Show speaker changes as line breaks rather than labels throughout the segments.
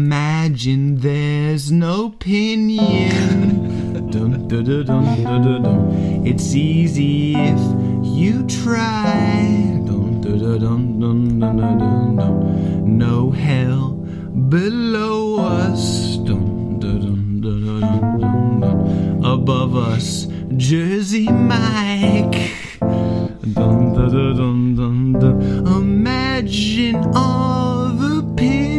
Imagine there's no pinion. Dum, da, da, dum, da, da, dum. It's easy if you try. Dum, da, da, dum, dum, dum, dum, dum, dum. No hell below us. Dum, da, dum, da, da, dum, dum, dum. Above us, Jersey Mike. Dun, dun, dun, dun, dun, dun. Imagine of opinion.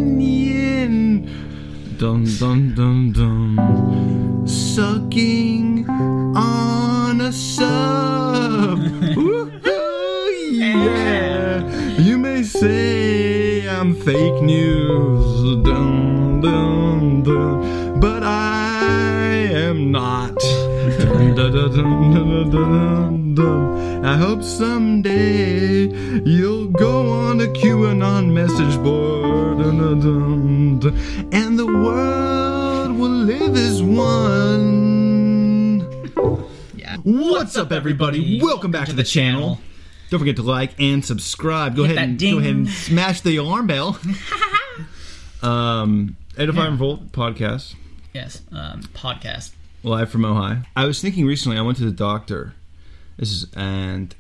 Dun dun dun dun. Sucking on a sub. Woohoo! Yeah. You may say I'm fake news. Dun dun dun. But I am not. Dun, dun, dun, dun, dun, dun, dun, dun. I hope someday you'll go on a QAnon message board dun, dun, dun, dun. and the world will live as one.
Yeah.
What's up, everybody? Welcome back to the channel. Don't forget to like and subscribe. Go ahead
that
and
ding.
go ahead and smash the alarm bell. um, Edify and Volt podcast.
Yes. Um, podcast.
live from Ojai. I was thinking recently. I went to the doctor. This is and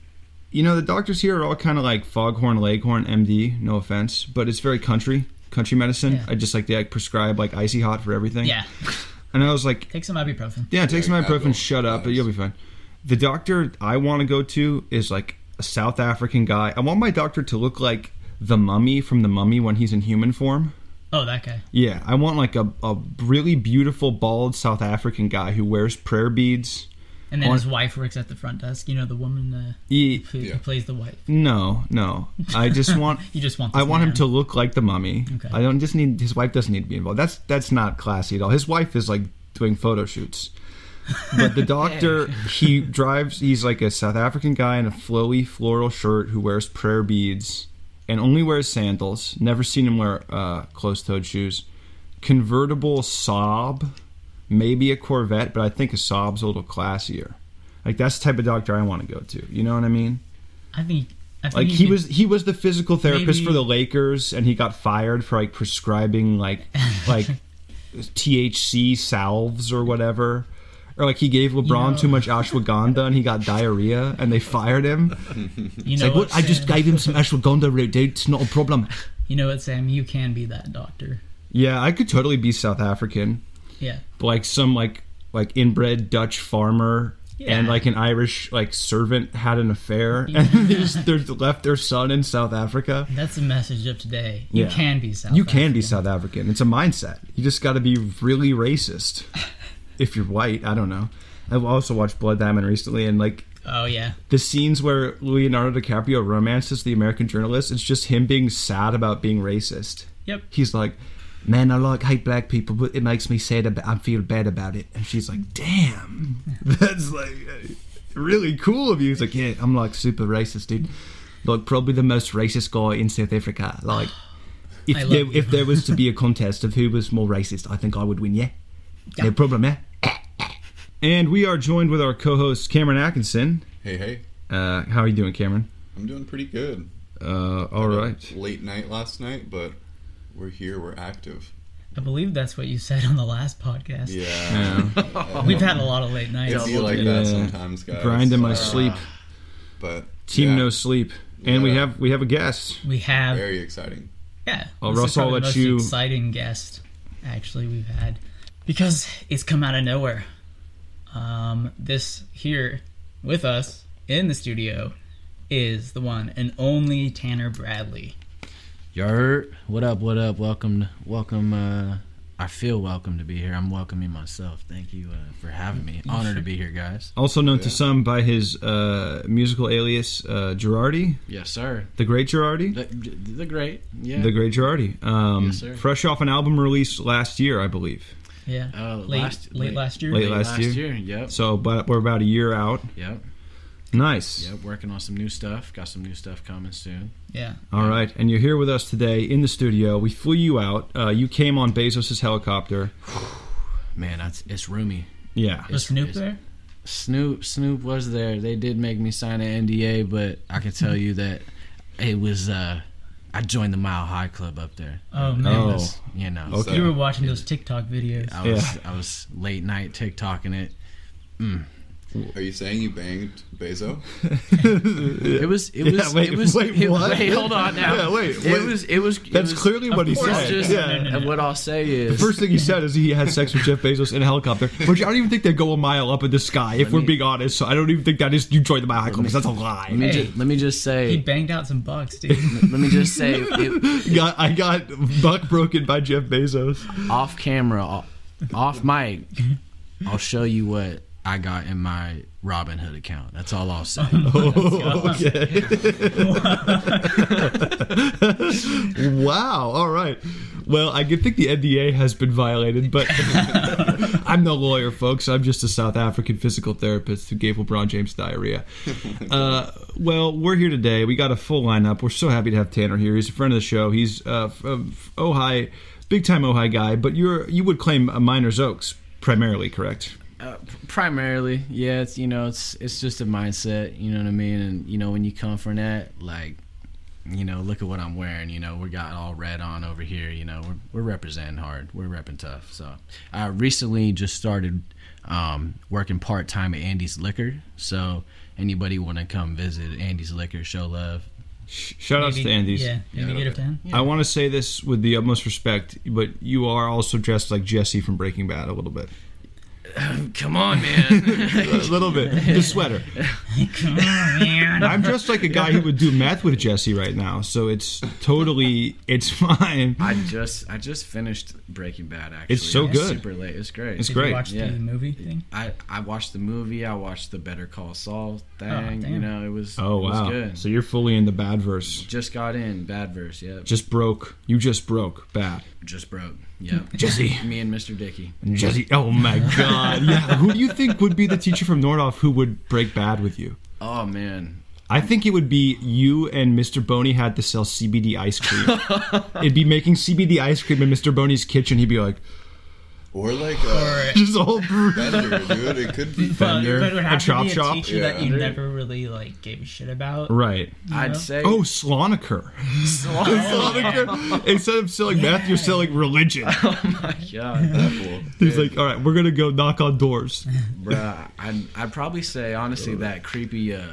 you know the doctors here are all kind of like Foghorn Leghorn MD. No offense, but it's very country country medicine.
Yeah.
I just like they like prescribe like icy hot for everything.
Yeah.
And I was like,
Take some ibuprofen.
yeah, take some
Yeah,
ibuprofen,
Advil.
shut up, but
Nice.
you'll be fine. The doctor I want to go to is like a South African guy. I want my doctor to look like the mummy from the mummy when he's in human form.
Oh, that guy.
Yeah, I want like a, a really beautiful bald South African guy who wears prayer beads.
And then
Or-
his wife works at the front desk. You know, the woman uh,
He,
who,
Yeah.
who plays the wife.
E, no, no. I just want
You just want. This
I want him
man.
to look like the mummy.
Okay.
I don't just need his wife doesn't need to be involved. That's that's not classy at all. His wife is like doing photo shoots. But the doctor, he drives. He's like a South African guy in a flowy floral shirt who wears prayer beads and only wears sandals. Never seen him wear uh, closed-toed shoes. Convertible Saab, maybe a Corvette, but I think a Saab's a little classier. Like that's the type of doctor I want to go to. You know what I mean?
I think. I think
Like
you
he
could-
was he was the physical therapist
Maybe-
for the Lakers and he got fired for like prescribing like like THC salves or whatever. Or like he gave LeBron
You know-
too much ashwagandha and he got diarrhea and they fired him.
You
It's
know
like
what?
what? I just
Sam?
gave him some ashwagandha, dude. It's not a problem.
You know what, Sam? You can be that doctor.
Yeah, I could totally be South African,
Yeah.
but like some like like inbred Dutch farmer and
Yeah.
like an Irish like servant had an affair and they just they left their son in South Africa.
That's the message of today. You
Yeah.
can be South.
You can be
African.
South African. It's a mindset. You just got to be really racist if you're white. I don't know. I've also watched Blood Diamond recently, and like
Oh yeah.
the scenes where Leonardo DiCaprio romances the American journalist, it's just him being sad about being racist.
Yep.
He's like, "Man, I like hate black people, but it makes me sad. About, I feel bad about it." And she's like, "Damn, that's like uh, really cool of you." He's like, "Yeah, I'm like super racist, dude. Like probably the most racist guy in South Africa. Like, if
I love
there,
you.
if there was to be a contest of who was more racist, I think I would win. Yeah, no problem. Yeah." And we are joined with our co-host Cameron Atkinson.
Hey, hey,
Uh, how are you doing, Cameron?
I'm doing pretty good.
Uh, all right.
Late night last night, but we're here. We're active.
I believe that's what you said on the last podcast.
Yeah.
We've had a lot of late nights.
It be like
Yeah.
that sometimes, guys.
Grind in my
Uh,
sleep.
But
Team
yeah,
no sleep. And we
Yeah.
have we have a guest.
We have
Very exciting.
Yeah.
Well,
this
Russ,
is probably
I'll
the
let
most
you-
exciting guest actually we've had because it's come out of nowhere. Um, this here with us in the studio is the one and only Tanner Bradley.
Yo, what up? What up? Welcome, welcome. Uh, I feel welcome to be here. I'm welcoming myself. Thank you uh, for having me. Honor to be here, guys.
Also known to some by his uh, musical alias uh, Girardi,
Yes, sir.
the Great Girardi,
The, the great. Yeah.
the Great Girardi. Um,
Yes, sir.
fresh off an album release last year, I believe.
Yeah.
Uh,
late,
last-
late
late-
last year.
late
Late
last
last
year.
year. Yep.
So, but we're about a year out.
Yep.
Nice.
Yep. Working on some new stuff. Got some new stuff coming soon.
Yeah.
All right, and you're here with us today in the studio. We flew you out. Uh, you came on Bezos' helicopter.
Man, that's it's roomy.
Yeah.
Was Snoop
it's-
there?
Snoop Snoop was there. They did make me sign an NDA, but I can tell you that it was uh I joined the Mile High Club up there.
Oh,
It
man.
was, you know,
Oh,
Okay.
You were watching those TikTok videos.
I was I was late night TikToking it.
Are you saying you banged Bezo?
It was it was
Yeah, wait,
it was
wait,
it-
what?
wait, hold on now.
Yeah, wait,
It
wait.
was it was it
That's
was-
clearly what he
course
said.
It's just,
yeah.
and what I'll say is
First thing he said is he had sex with Jeff Bezos in a helicopter, which I don't even think they go a mile up in the sky, if we're
me-
being honest. So I don't even think that is you joined the Mile High Club because that's a lie.
let me,
Hey.
just, let me just
He
say
banged out some bucks, dude.
let me just say it,
got I got buck broken by Jeff Bezos.
off camera off, off mic I'll show you what I got in my Robin Hood account. That's all I'll say.
Oh, okay. wow. All right. Well, I could think the NDA has been violated, but I'm no lawyer, folks. I'm just a South African physical therapist who gave LeBron James diarrhea. Uh, well, we're here today. We got a full lineup. We're so happy to have Tanner here. He's a friend of the show. He's uh, f- of Ojai, big time Ojai guy, but you're you would claim a Miners Oaks primarily, correct?
Uh, primarily, yeah. It's you know, it's it's just a mindset. You know what I mean? And you know, when you come from that, like, you know, look at what I'm wearing. You know, we got all red on over here. You know, we're we're representing hard. We're repping tough. So, I recently just started um, working part time at Andy's Liquor. So, anybody want to come visit Andy's Liquor? Show love.
Sh- shout outs to
Maybe-
Andy's.
Yeah, maybe get a 10.
I want to say this with the utmost respect, but you are also dressed like Jesse from Breaking Bad a little bit.
Come on, man.
A little bit. The sweater.
Come on, man.
I'm dressed like a guy who would do meth with Jesse right now, so it's totally it's fine.
I just I just finished Breaking Bad. Actually,
It's so
It was
good.
Super late. It's great.
It's
Did
great,
you watch
yeah.
the movie thing?
I, I watched the movie. I watched the Better Call Saul thing.
Oh, damn.
you know, it was
Oh
it was
wow.
good.
So you're fully in the bad verse.
just got in bad verse. Yep. Just,
Just broke. You just broke bad.
broke. Yep.
Jesse.
Me and Mr. Dickey.
Jesse. Oh my god. Yeah. Who do you think would be the teacher from Nordoff who would break bad with you?
Oh man.
I think it would be you and Mr. Boney had to sell CBD ice cream. It'd be making CBD ice cream in Mr. Boney's kitchen. He'd be like,
Or like uh,
just a whole brew.
Bender, dude. It could be
But,
Bender.
Fender,
but it would have
a
to
chop
be a
shop.
teacher that
Yeah.
you never really like gave a shit about.
Right.
I'd
know?
say.
Oh, Sloniker. Sloniker. Instead of selling meth, you're selling religion.
my god,
That fool.
He's like, all right, we're gonna go knock on doors.
bruh. I'd, I'd probably say honestly that creepy. Uh,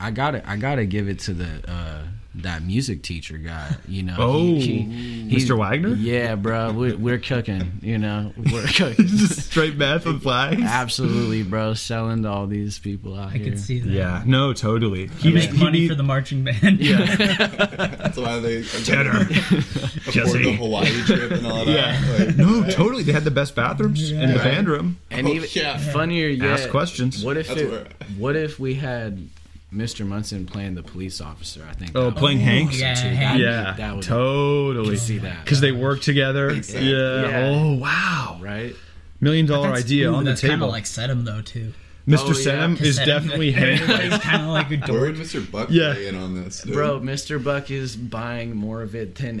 I gotta I gotta give it to the uh that music teacher guy. You know.
Oh,
he's-
Mr. Wagner?
Yeah, bruh. We're, we're cooking. You know, we're cooking.
Just straight meth and flags.
Absolutely, bro. Selling to all these people out
I
here.
could see that.
Yeah. No, totally. He
Make
he
money
need-
for the marching band.
That's why they
Tanner.
afford the
Jesse.
Hawaii trip and all
Yeah.
that. Like,
No, totally. They had the best bathrooms in the
Right.
band room.
And
Oh,
even
yeah.
funnier yet,
Ask questions.
What if
That's
it,
where-
what if we had Mr. Munson playing the police officer? I think.
Oh,
that would
playing
be
Hanks?
awesome, too.
Yeah,
That'd be-
Yeah,
that would
totally.
see that.
because they work together.
Exactly.
Yeah.
Yeah.
Oh wow.
right.
Million dollar
That's-
idea
ooh,
on the
that's kinda
table.
like Sedum though too.
Mr.
Oh, yeah.
Sam is
Sedum.
definitely hanging.
Everybody's kind of like a
Where
dork.
would Mr. Buck
Yeah.
play in on this, dude?
Bro, Mr. Buck is buying more of it than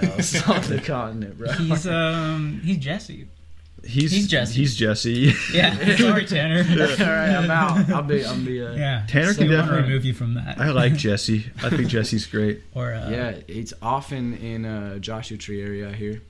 else on the continent, bro.
He's um he's Jesse.
He's,
He's Jesse.
He's Jesse.
Yeah, sorry Tanner.
All right, I'm out. I'll be, I'm the. Uh, yeah.
Yeah,
Tanner
so
can
we want to
definitely-
remove you from that.
I like Jesse. I think Jesse's great.
Or uh,
it's often in uh, Joshua Tree area out here.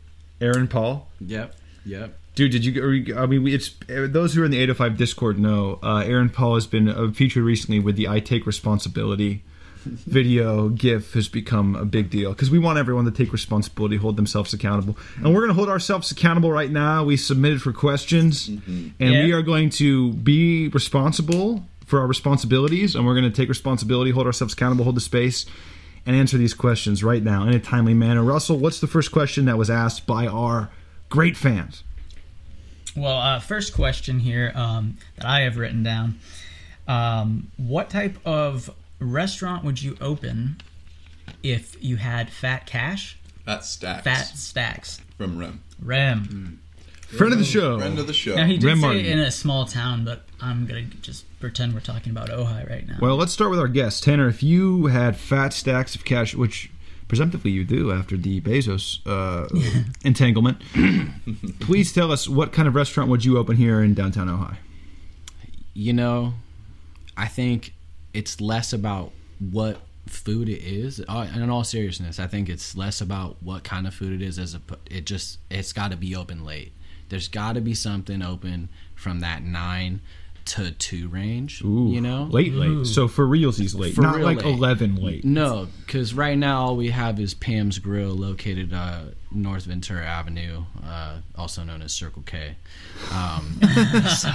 Aaron Paul.
Yep, yep.
Dude, did you? Are you I mean, we- it's those who are in the 805 Discord know. Uh, Aaron Paul has been uh, featured recently with the "I Take Responsibility" video. GIF has become a big deal because we want everyone to take responsibility, hold themselves accountable, and we're going to hold ourselves accountable right now. We submitted for questions, and we
Yeah.
are going to be responsible for our responsibilities, and we're going to take responsibility, hold ourselves accountable, hold the space. And answer these questions right now in a timely manner. Russell, what's the first question that was asked by our great fans?
Well, uh, first question here um, that I have written down: um, What type of restaurant would you open if you had fat cash,
That's Stacks
fat stacks,
from Rem.
Mm.
Rem?
Friend of the show.
Mm. Friend of the show.
Now he did
Rem
say
Martin.
in a small town, but I'm gonna just pretend we're talking about Ojai right now.
well, let's start with our guest. Tanner, if you had fat stacks of cash, which presumptively you do after the Bezos uh, entanglement, please tell us what kind of restaurant would you open here in downtown Ohio?
you know, I think it's less about what food it is. Uh, and In all seriousness, I think it's less about what kind of food it is as a it just it's got to be open late. There's got to be something open from that nine to two range.
Ooh,
you know,
late, late.
Ooh.
So for realsies, late,
Mm. For
not
real
like
late.
eleven late.
No, because right now all we have is Pam's Grill, located uh, North Ventura Avenue, uh, also known as Circle K. Um, so,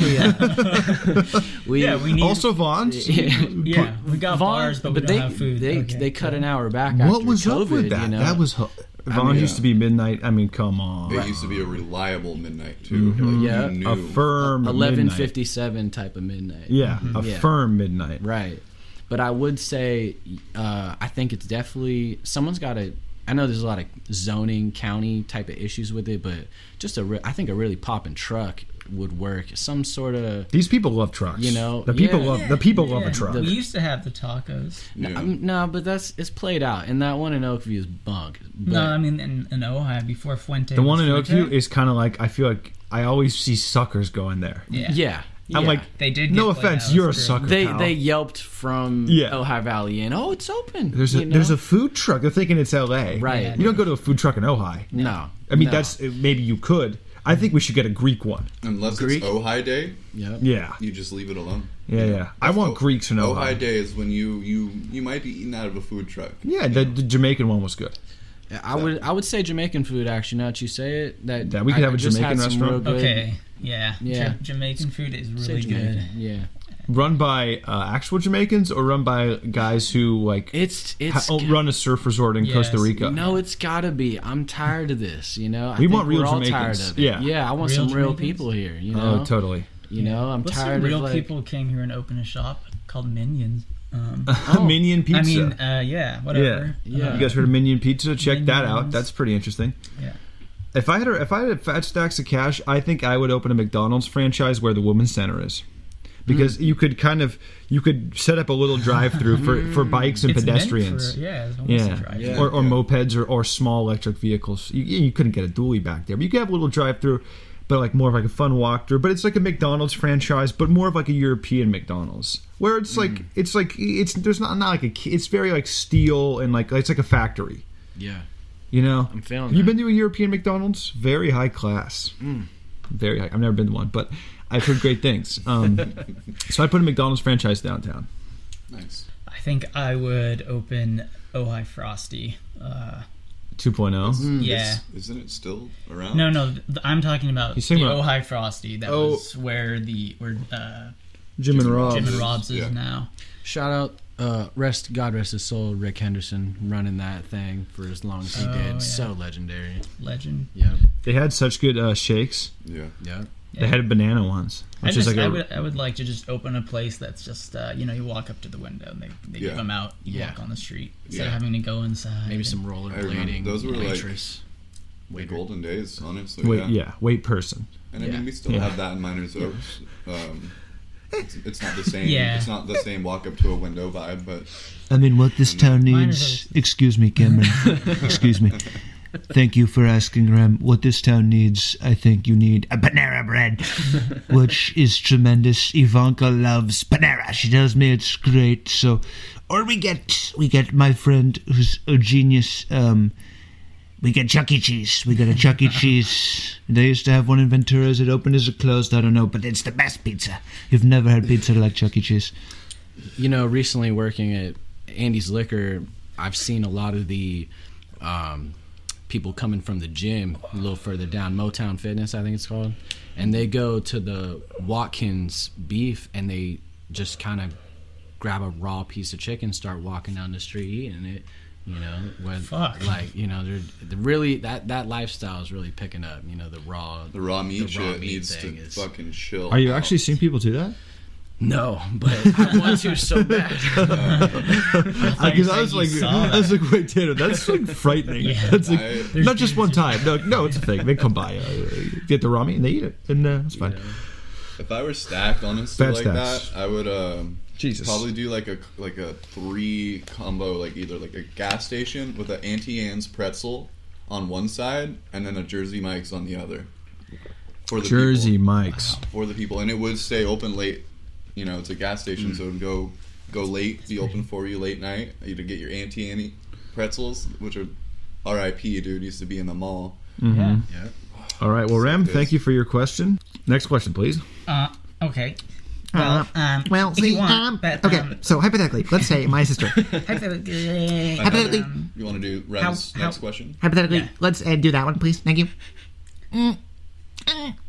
we, uh, we-
Yeah, we need.
Also, Vaughn's.
yeah, we got bars, but, we don't
they
have food.
they
Okay.
they cut an hour back.
What
after
was
COVID,
up with that?
You know?
That was ho- Vaughn
mean,
used to be midnight. I mean, come on,
It used to be a reliable midnight too.
Mm-hmm.
Like
Yeah.
you knew.
a firm
eleven
midnight.
fifty seven type of midnight.
Yeah, a
Yeah.
firm midnight.
Right. But I would say, uh, I think it's definitely someone's got to. I know there's a lot of zoning, county type of issues with it, but just a, re- I think a really popping truck would work. Some sort of,
These people love trucks.
You know,
the people
yeah.
love the people love
Yeah,
a truck.
We used to have the tacos.
Yeah.
um, no, but that's it's played out, and that one in Oakview is bunk. But,
no, I mean in, in Ohio before Fuente.
the one
was
in
Fuente,
Oakview is kind of like I feel like I always see suckers going there.
Yeah.
yeah,
I'm
yeah.
like,
They did.
no
get played
offense,
out,
you're a
screw.
sucker.
they
pal.
they yelped from
Yeah.
Ohio Valley, and oh, it's open.
there's a
you know?
there's a food truck. They're thinking it's L.A.
Right.
You don't go to a food truck in Ojai.
no.
I mean,
no.
that's uh, maybe you could. I think we should get a Greek one.
Unless
Greek?
it's Ojai Day,
Yep.
Yeah,
you just leave it alone.
yeah, yeah. I want
Oh,
Greeks in Ojai.
Ojai Day is when you you you might be eating out of a food truck.
Yeah, the, the Jamaican one was good.
I would I would say Jamaican food actually. Now that you say it, that
That we could
I
have a
just had
Jamaican
some real
restaurant.
good-
Okay. Yeah.
Yeah.
Ja- Jamaican food is
Say
really good.
Jamaican, Yeah,
Run by uh, actual Jamaicans or run by guys who like
it's
ha-
it's
oh, run a surf resort in
Yes.
Costa Rica?
no, it's gotta be. I'm tired of this. You know, I
We
think
want real
we're all
Jamaicans.
Tired of it.
Yeah.
yeah, I want
Real
some real
Jamaicans?
people here. You know,
Oh, totally.
you know, I'm
What's
tired
some real
of like,
people came here and opened a shop called Minions. Um,
Oh.
Minion pizza.
I mean, uh, yeah, whatever.
Yeah.
Uh,
you guys heard of Minion Pizza? Check that out.
Minions.
That's pretty interesting.
Yeah.
If I had a, if I had fat stacks of cash, I think I would open a McDonald's franchise where the women's center is. Because
Mm.
you could kind of you could set up a little drive-through for, for bikes and
It's meant
pedestrians,
for- yeah, it's almost a
yeah.
drive.
Yeah.
or, or mopeds or, or small electric vehicles. You, you couldn't get a dually back there, but you could have a little drive-through, but like more of like a fun walk-through. But it's like a McDonald's franchise, but more of like a European McDonald's, where it's like it's like it's there's not not like a key- it's very like steel and like it's like a factory,
Yeah,
you know.
I'm feeling.
Have you
that.
been to a European McDonald's? Very high class. Very high. I've never been to one, but I've heard great things. Um, so I put a McDonald's franchise downtown.
Nice.
I think I would open Ojai Frosty. Uh,
2.0.
Hmm.
yeah.
Isn't it still around?
No, no, th- I'm talking about
He's
the
talking about-
Ojai Frosty. That
Oh.
was where the where uh,
Jim and Rob.
Jim and Rob's
yeah.
is now.
Shout out, uh, rest God rest his soul, Rick Henderson running that thing for as long as he
Oh,
did.
yeah.
So legendary.
Legend.
Yep,
They had such good uh, shakes.
Yeah.
yep.
They had banana ones,
I
which
just
is like
I
a
would I would like to just open a place that's just uh, you know you walk up to the window and they, they give
Yeah.
them out. You
Yeah.
walk on the street instead of
Yeah.
having to go inside.
Maybe
and-
some
I remember
rollerblading.
those were like-
waitress.
The golden days, honestly.
wait,
yeah.
yeah. wait person.
And I
Yeah.
mean, we still
Yeah.
have that in Miners Oaks. Um, it's, it's not the same.
Yeah.
It's not the same walk up to a window vibe, but
I mean, what this town
Mine
needs.
is
Excuse me, Cameron. Excuse me. Thank you for asking, Rem. What this town needs, I think you need a Panera bread, which is tremendous. Ivanka loves Panera. She tells me it's great. So, or we get we get my friend who's a genius. Um, we get Chuck E. Cheese. We got a Chuck E. Cheese. They used to have one in Ventura. Is it open? Is it closed? I don't know. But it's the best pizza. You've never had pizza like Chuck E. Cheese.
you know, recently working at Andy's Liquor, I've seen a lot of the um, people coming from the gym a little further down, Motown Fitness, I think it's called, and they go to the Watkins Beef and they just kind of grab a raw piece of chicken, start walking down the street eating it. You know, when
Fuck.
like you know, they're, they're really that that lifestyle is really picking up. You know, the raw,
the raw meat
raw
shit
meat
needs to
thing is-
fucking chill.
Are you
out.
actually seeing people do that?
no, but I want to so bad.
thought you
Because I,
said
was
you
like,
saw
I was like, wait, Tanner, that's like frightening. That's like
I- There's
not just one time. No, no, it's a thing. They come by, uh, get the rami, and they eat it, and uh, it's fine.
If I were stacked, honestly,
Fat
like
stacks.
that, I would um,
Jesus.
probably do like a like a three combo, like either like a gas station with an Auntie Anne's pretzel on one side and then a Jersey Mike's on the other. For the
Jersey
people,
Mike's.
for the people, and it would stay open late. You know, it's a gas station, so it would go go late, be open for you late night. You to get your Auntie Annie pretzels, which are R.I.P. Dude used to be in the mall.
Yeah.
Yeah.
All right. Well, Rem,
good.
thank you for your question. Next question, please.
Uh, okay. Well,
Uh,
um,
Well,
if
see,
you want,
um,
but,
okay.
um,
so hypothetically, let's say my sister.
hypothetically,
Hypothetically-
um,
You want to do Ren's
How-
next
how-
question?
hypothetically,
Yeah.
let's uh, do that one, please. Thank you.
All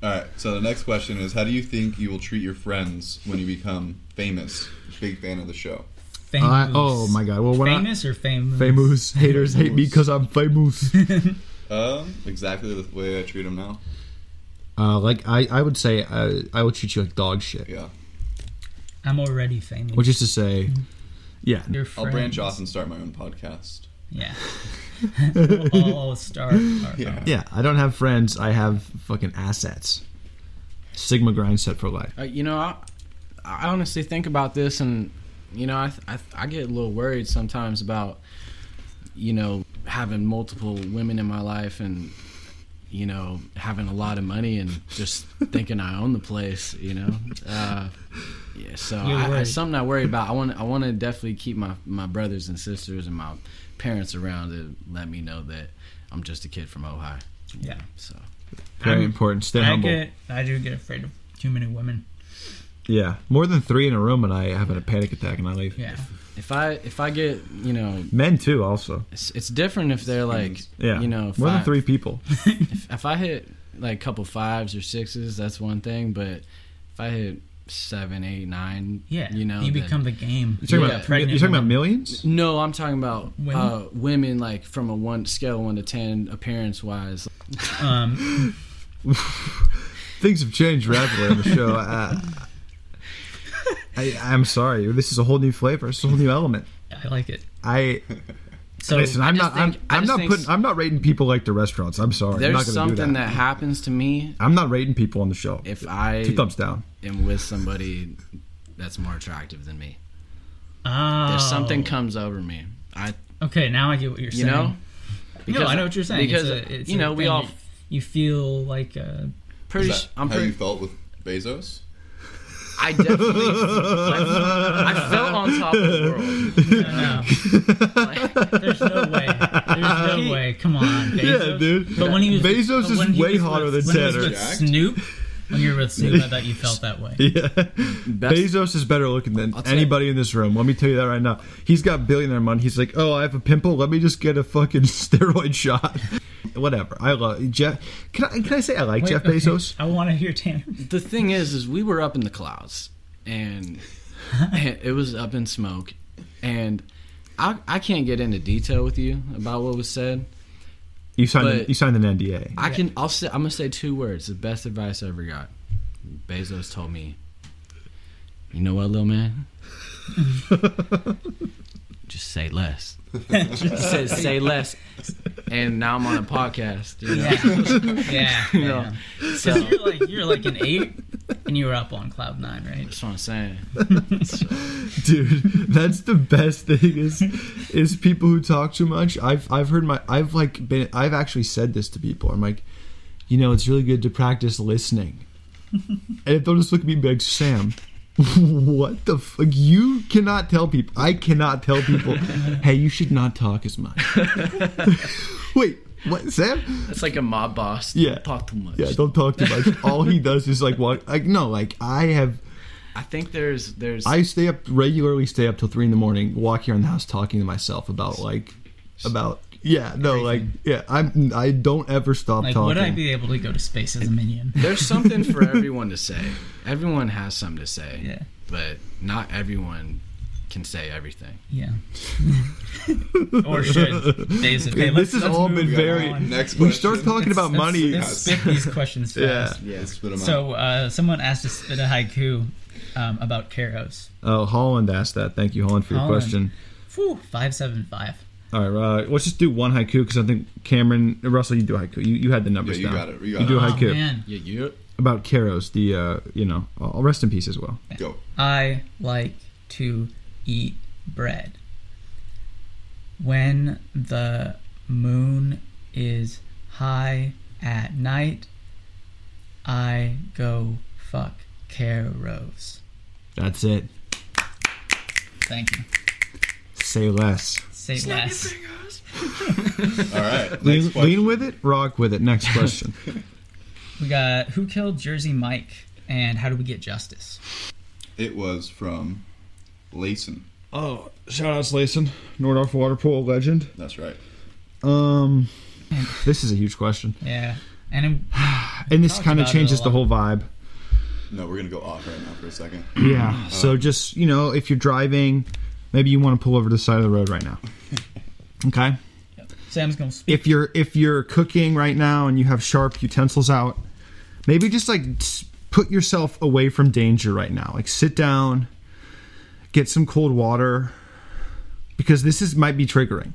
right. So the next question is, how do you think you will treat your friends when you become famous? Big fan of the show.
famous.
Uh, oh my God. Well, when I,
Famous or famous?
famous haters hate me because I'm famous.
Um, exactly the way I treat them now.
uh, like I, I would say, I, I would treat you like dog shit,
Yeah.
I'm already famous.
which is to say, yeah,
Your
I'll
friends.
branch off and start my own podcast.
Yeah. we'll all start. Our
Yeah.
yeah. I don't have friends. I have fucking assets. Sigma grind set for life.
Uh, you know, I, I honestly think about this, and you know, I, th- I th- I get a little worried sometimes about you know having multiple women in my life, and you know having a lot of money, and just thinking I own the place. You know, uh, yeah. So
You're
I, I,
worried.
something I worry about. I want I want to definitely keep my my brothers and sisters and my parents around to let me know that I'm just a kid from Ohio.
Yeah.
So
Very
I'm-
important. Stay
I
humble.
get. I do get afraid of too many women.
Yeah, more than three in a room, and I have a panic attack and I leave.
Yeah.
if I if I get you know
Men too, also.
It's, it's different if they're like,
Yeah,
you know,
more than
five-
three people.
If, if I hit like a couple fives or sixes, that's one thing. But if I hit seven, eight, nine,
Yeah.
you know,
You
then-
become the game.
You're talking,
Yeah,
about,
pregnant
you're talking about
women.
millions?
No, I'm talking about
Women?
women, uh, women like from a one scale of one to ten appearance wise.
Um.
Things have changed rapidly on the show. uh, I, I'm sorry. This is a whole new flavor. It's a whole new element.
I like it.
I
So
listen. I'm
I
not.
just
I'm,
think- I
I'm
just
not
think
putting.
s-
I'm not rating people like the restaurants. I'm sorry. I'm not
There's
gonna
something
do
that. happens to me
I'm not rating people on the show.
if I
Two thumbs down.
am with somebody that's more attractive than me.
oh.
There's something comes over me. I,
Okay. Now I get what you're
you
saying.
know,
no, I know what you're saying.
Because
it's a, it's
you
a
know, we
thing
all
that You feel like uh,
Is
pretty.
that
s- I'm
how
pretty.
you felt with Bezos?
I definitely I, I felt on top of the world.
No, there's no way. There's no way. Come on, Bezos.
Yeah, dude.
But when he was
Bezos
but
is
when he
way
was
hotter
with-
than
when he was
Tanner.
with Snoop, when you were with Snoop, I bet you felt that way.
Yeah.
Best-
Bezos is better looking than
I'll tell
anybody in this room. Let me tell you that right now. He's got billionaire money. He's like, oh, I have a pimple. Let me just get a fucking steroid shot. Whatever. I love Jeff. Can I, can I say I like
Wait,
Jeff
okay,
Bezos?
I want to hear Tanner.
The thing is, is we were up in the clouds, and, and it was up in smoke, and I I can't get into detail with you about what was said.
You signed.
But-
an, you signed an NDA.
I can I'll say I'm gonna say two words. The best advice I ever got. Bezos told me, you know what, little man. Just say less. he said, "Say less," and now I'm on a podcast. You know?
Yeah,
You know,
yeah.
So
You're like you're like an eight, and you were up on cloud nine, right?
That's what I'm saying.
dude that's the best thing is is people who talk too much i've i've heard my i've like been i've actually said this to people i'm like you know it's really good to practice listening and they'll just look at me and be like sam what the fuck you cannot tell people i cannot tell people hey you should not talk as much wait what sam
That's like a mob boss.
Yeah.
Talk too much.
yeah don't talk too much all he does is like walk like no like i have
I think there's there's
I stay up regularly, stay up till three in the morning, walk here in the house talking to myself about like, about yeah, no, like yeah, I'm I don't ever stop
Like,
talking.
would I be able to go to space as a minion?
there's something for everyone to say. Everyone has something to say.
Yeah.
But not everyone can say everything.
Yeah. or should Bezos? Okay,
this
let's-
has
let's
all
move
been very-
on.
Next question.
we start talking about
Let's-
money.
Let's spit these questions
Yeah.
fast.
Yeah, spit 'em out.
So uh, someone asked to spit a haiku um, about Keros.
Oh, Holland asked that. Thank you, Holland, for your
Holland.
question.
Whew, five seven five.
All right, uh, let's just do one haiku because I think Cameron Russell, you do haiku. You, you had the numbers
Yeah, you
down.
got it. You got
You do
it.
a haiku
Oh, man,
Yeah, you
about Keros, the uh, you know, I'll rest in peace as well.
Go.
I like to eat bread. When the moon is high at night, I go fuck Keros.
That's it.
Thank you.
Say less.
Say less.
All right.
Lean,
Next
lean
question.
with it, rock with it. Next question.
We got who killed Jersey Mike and how do we get justice?
It was from Layson.
oh, shout out Slayson, Nordorf water polo legend.
That's right.
Um, this is a huge question,
Yeah. And I'm-
and this
Talked
kind of
about it a
changes the
lot.
whole vibe.
No, we're gonna go off right now for a second.
Yeah. So just you know, if you're driving, maybe you want to pull over to the side of the road right now. Okay.
Sam's gonna speak.
If you're if you're cooking right now and you have sharp utensils out, maybe just like s- put yourself away from danger right now. Like sit down, get some cold water, because this is might be triggering.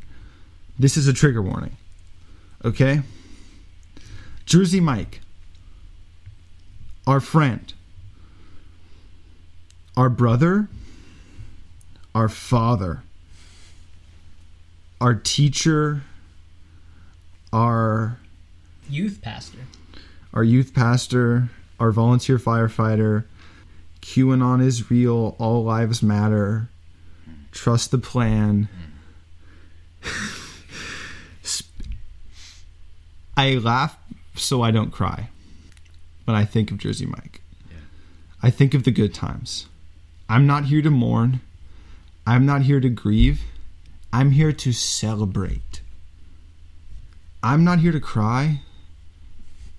This is a trigger warning. Okay. Jersey Mike, our friend, our brother, our father, our teacher, our
Youth pastor.
our youth pastor, our volunteer firefighter, QAnon is real, all lives matter, trust the plan. Sp- I laugh so I don't cry when I think of Jersey Mike. I think of the good times. I'm not here to mourn. I'm not here to grieve. I'm here to celebrate. I'm not here to cry.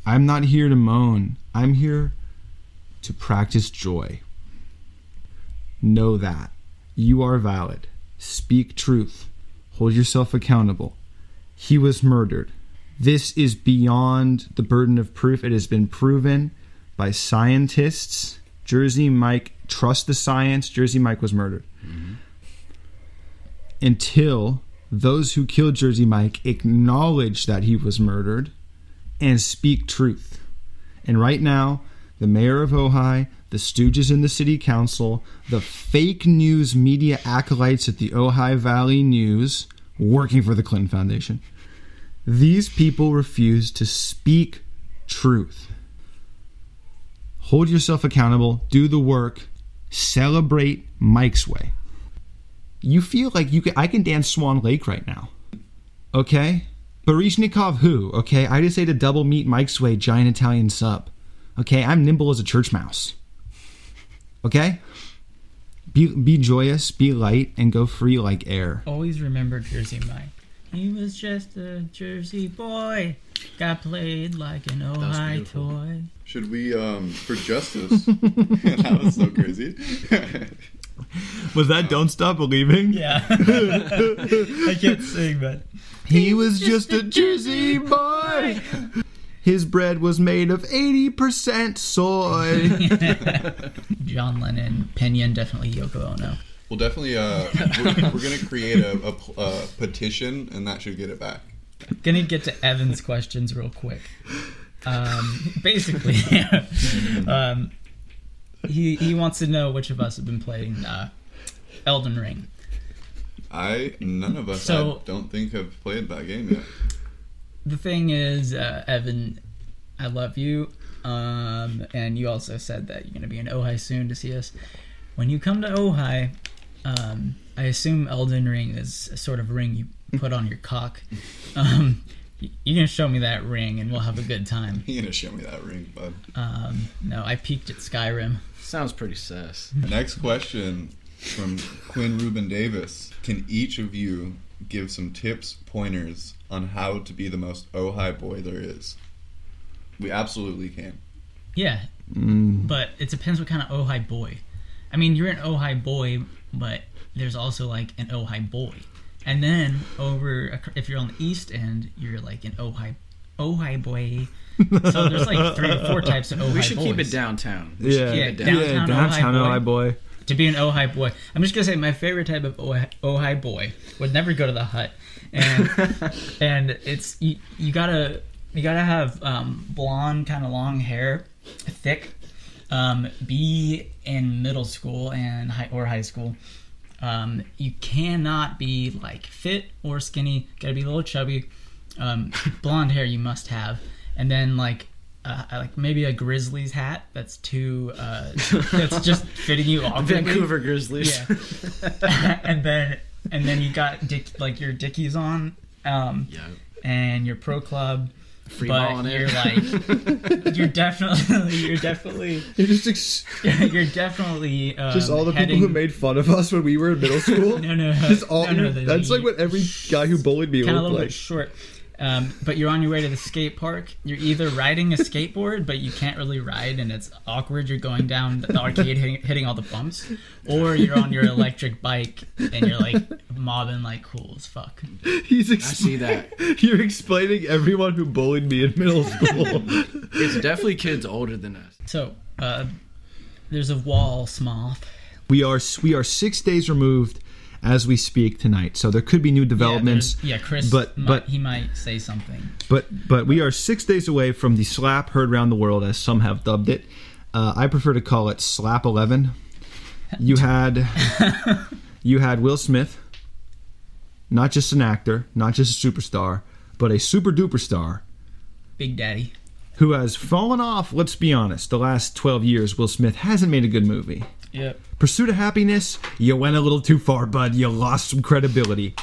I'm not here to moan. I'm here to practice joy. Know that. You are valid. Speak truth. Hold yourself accountable. He was murdered. This is beyond the burden of proof. It has been proven by scientists. Jersey Mike, trust the science. Jersey Mike was murdered. Until those who killed Jersey Mike acknowledge that he was murdered, and speak truth. And right now, the mayor of Ojai, the stooges in the city council, the fake news media acolytes at the Ojai Valley News, working for the Clinton Foundation, these people refuse to speak truth. Hold yourself accountable, do the work, celebrate Mike's way. You feel like you can, I can dance Swan Lake right now. Okay? Barishnikov who? Okay, I just ate a double meat Mike's Way giant Italian sub. Okay, I'm nimble as a church mouse. Okay? Be, be joyous, be light, and go free like air.
Always remember Jersey Mike. He was just a Jersey boy. Got played like an Ojai toy.
Should we um for justice? that was so crazy.
Was that Don't Stop Believing?
Yeah. I can't sing, but
He was just a Jersey boy. His bread was made of 80% soy.
John Lennon, Pinion, definitely Yoko Ono.
we'll definitely uh we're, we're gonna create a, a, pl- a petition and that should get it back.
Gonna get to Evan's questions real quick. Um, basically, um, he he wants to know which of us have been playing uh, Elden Ring.
I none of us
So-
I don't think have played that game yet.
The thing is, uh, Evan, I love you, um, and you also said that you're gonna be in Ojai soon to see us. When you come to Ojai, um, I assume Elden Ring is a sort of ring you put on your cock. Um, y- you can show me that ring, and we'll have a good time.
You gonna show me that ring, bud.
Um, no, I peeked at Skyrim.
Sounds pretty sus.
Next question from Quinn Rubin Davis. Can each of you give some tips, pointers on how to be the most Ojai boy there is? We absolutely can.
Yeah, but it depends what kind of Ojai boy. I mean, you're an Ojai boy, but there's also like an Ojai boy, and then over ac- if you're on the East End, you're like an Ojai Ojai boy. So there's like three or four types of Ojai
We should
boys.
keep it downtown. We
Yeah,
should
Yeah,
keep it downtown.
downtown
downtown
Ojai
Ojai boy.
To be an Ojai boy, I'm just gonna say my favorite type of Ojai, Ojai boy would never go to the hut, and and it's you, you gotta you gotta have um, blonde kind of long hair, thick, um, be in middle school and high, or high school. Um, you cannot be like fit or skinny. Gotta be a little chubby. Um, blonde hair you must have, and then like uh, like maybe a Grizzlies hat that's too uh, that's just fitting you awkwardly.
Vancouver Grizzlies.
Yeah. and then and then you got Dick, like your Dickies on, um,
Yeah.
and your Pro Club.
Free
but
balling it.
you're like you're definitely you're definitely
You're just ex-
you're definitely um,
just all the
heading,
people who made fun of us when we were in middle school.
no no
Just all
no, no,
you're- that's like what every guy who bullied me
kind of a
looked
little
like.
bit short. Um, but you're on your way to the skate park. You're either riding a skateboard, but you can't really ride, and it's awkward. You're going down the arcade, hitting, hitting all the bumps, or you're on your electric bike and you're like mobbing like cool as fuck.
He's ex-
I see that.
You're explaining everyone who bullied me in middle school.
It's definitely kids older than us.
So uh, there's a wall smoth.
we are we are six days removed as we speak tonight, so there could be new developments.
Yeah, there's- yeah Chris.
but-
might,
but-
he might say something.
But but we are six days away from the slap heard round the world, as some have dubbed it. Uh, I prefer to call it slap eleven. You had you had Will Smith, not just an actor, not just a superstar, but a super duper star
Big Daddy.
who has fallen off. Let's be honest, the last twelve years, Will Smith hasn't made a good movie.
Yep.
Pursuit of Happiness, you went a little too far, bud. You lost some credibility.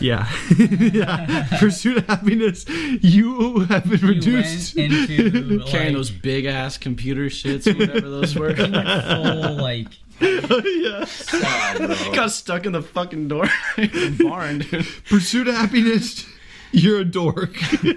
Yeah. yeah. Pursuit of Happiness, you have been
You went
reduced.
into
Carrying
like
those big ass computer shits, whatever those were.
full like
yeah.
Got stuck in the fucking door. Barn, dude.
Pursuit of Happiness, you're a dork. you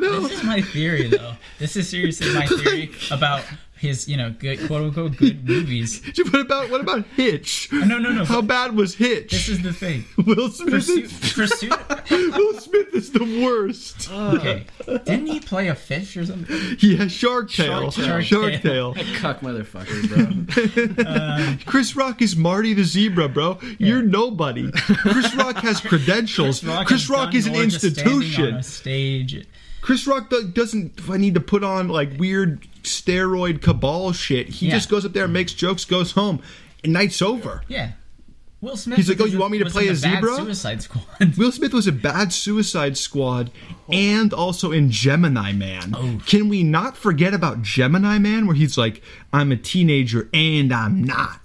know?
This is my theory, though. This is seriously my theory about his, you know, good quote unquote good movies. Uh,
What about what about Hitch?
No, no, no.
How
but
bad was Hitch?
this is the thing.
Will Smith.
Pursuit,
Is,
pursuit.
Will Smith is the worst.
Okay, didn't he play a fish or something?
yeah, Shark Tale.
Shark Tale.
Shark,
Shark
Tale.
Cuck motherfucker, bro.
Chris Rock is Marty the Zebra, bro. You're nobody. Chris Rock has credentials. Chris Rock,
and
is an
Don Norris just standing on
institution.
a stage.
Chris Rock do- doesn't I need to put on like weird steroid cabal shit. He
Yeah.
just goes up there and makes jokes, goes home, and night's over.
Yeah, Will Smith.
He's like,
was
"Oh, you
in-
want me to
was
play
in
a
the Bad
zebra?"
Suicide Squad.
Will Smith was a bad Suicide Squad and also in Gemini Man.
Oh.
Can we not forget about Gemini Man, where he's like, I'm a teenager and I'm not.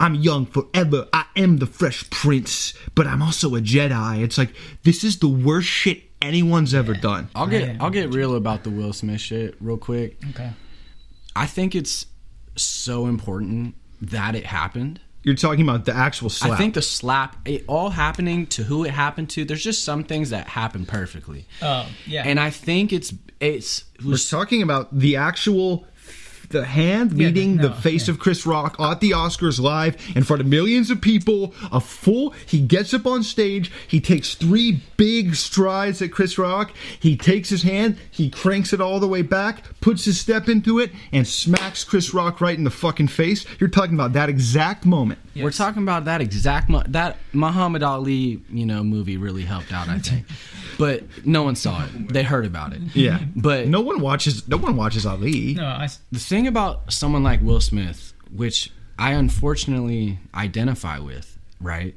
I'm young forever. I am the Fresh Prince, but I'm also a Jedi. It's like, this is the worst shit anyone's ever done.
I'll get I'll get real about the Will Smith shit real quick.
okay.
I think it's so important that it happened.
You're talking about the actual slap.
I think the slap, it all happening to who it happened to. There's just some things that happen perfectly,
Oh yeah.
and I think it's it's it
We're
was
talking about the actual. The hand meeting
no,
the face of Chris Rock at the Oscars live in front of millions of people. A full, he gets up on stage, he takes three big strides at Chris Rock, he takes his hand, he cranks it all the way back, puts his step into it, and smacks Chris Rock right in the fucking face. You're talking about that exact moment.
We're talking about that exact mo- that Muhammad Ali, you know, movie really helped out, I think. but no one saw it. They heard about it.
Yeah.
But
No one watches no one watches Ali.
no, I s- oh,
the thing about someone like Will Smith, which I unfortunately identify with, right,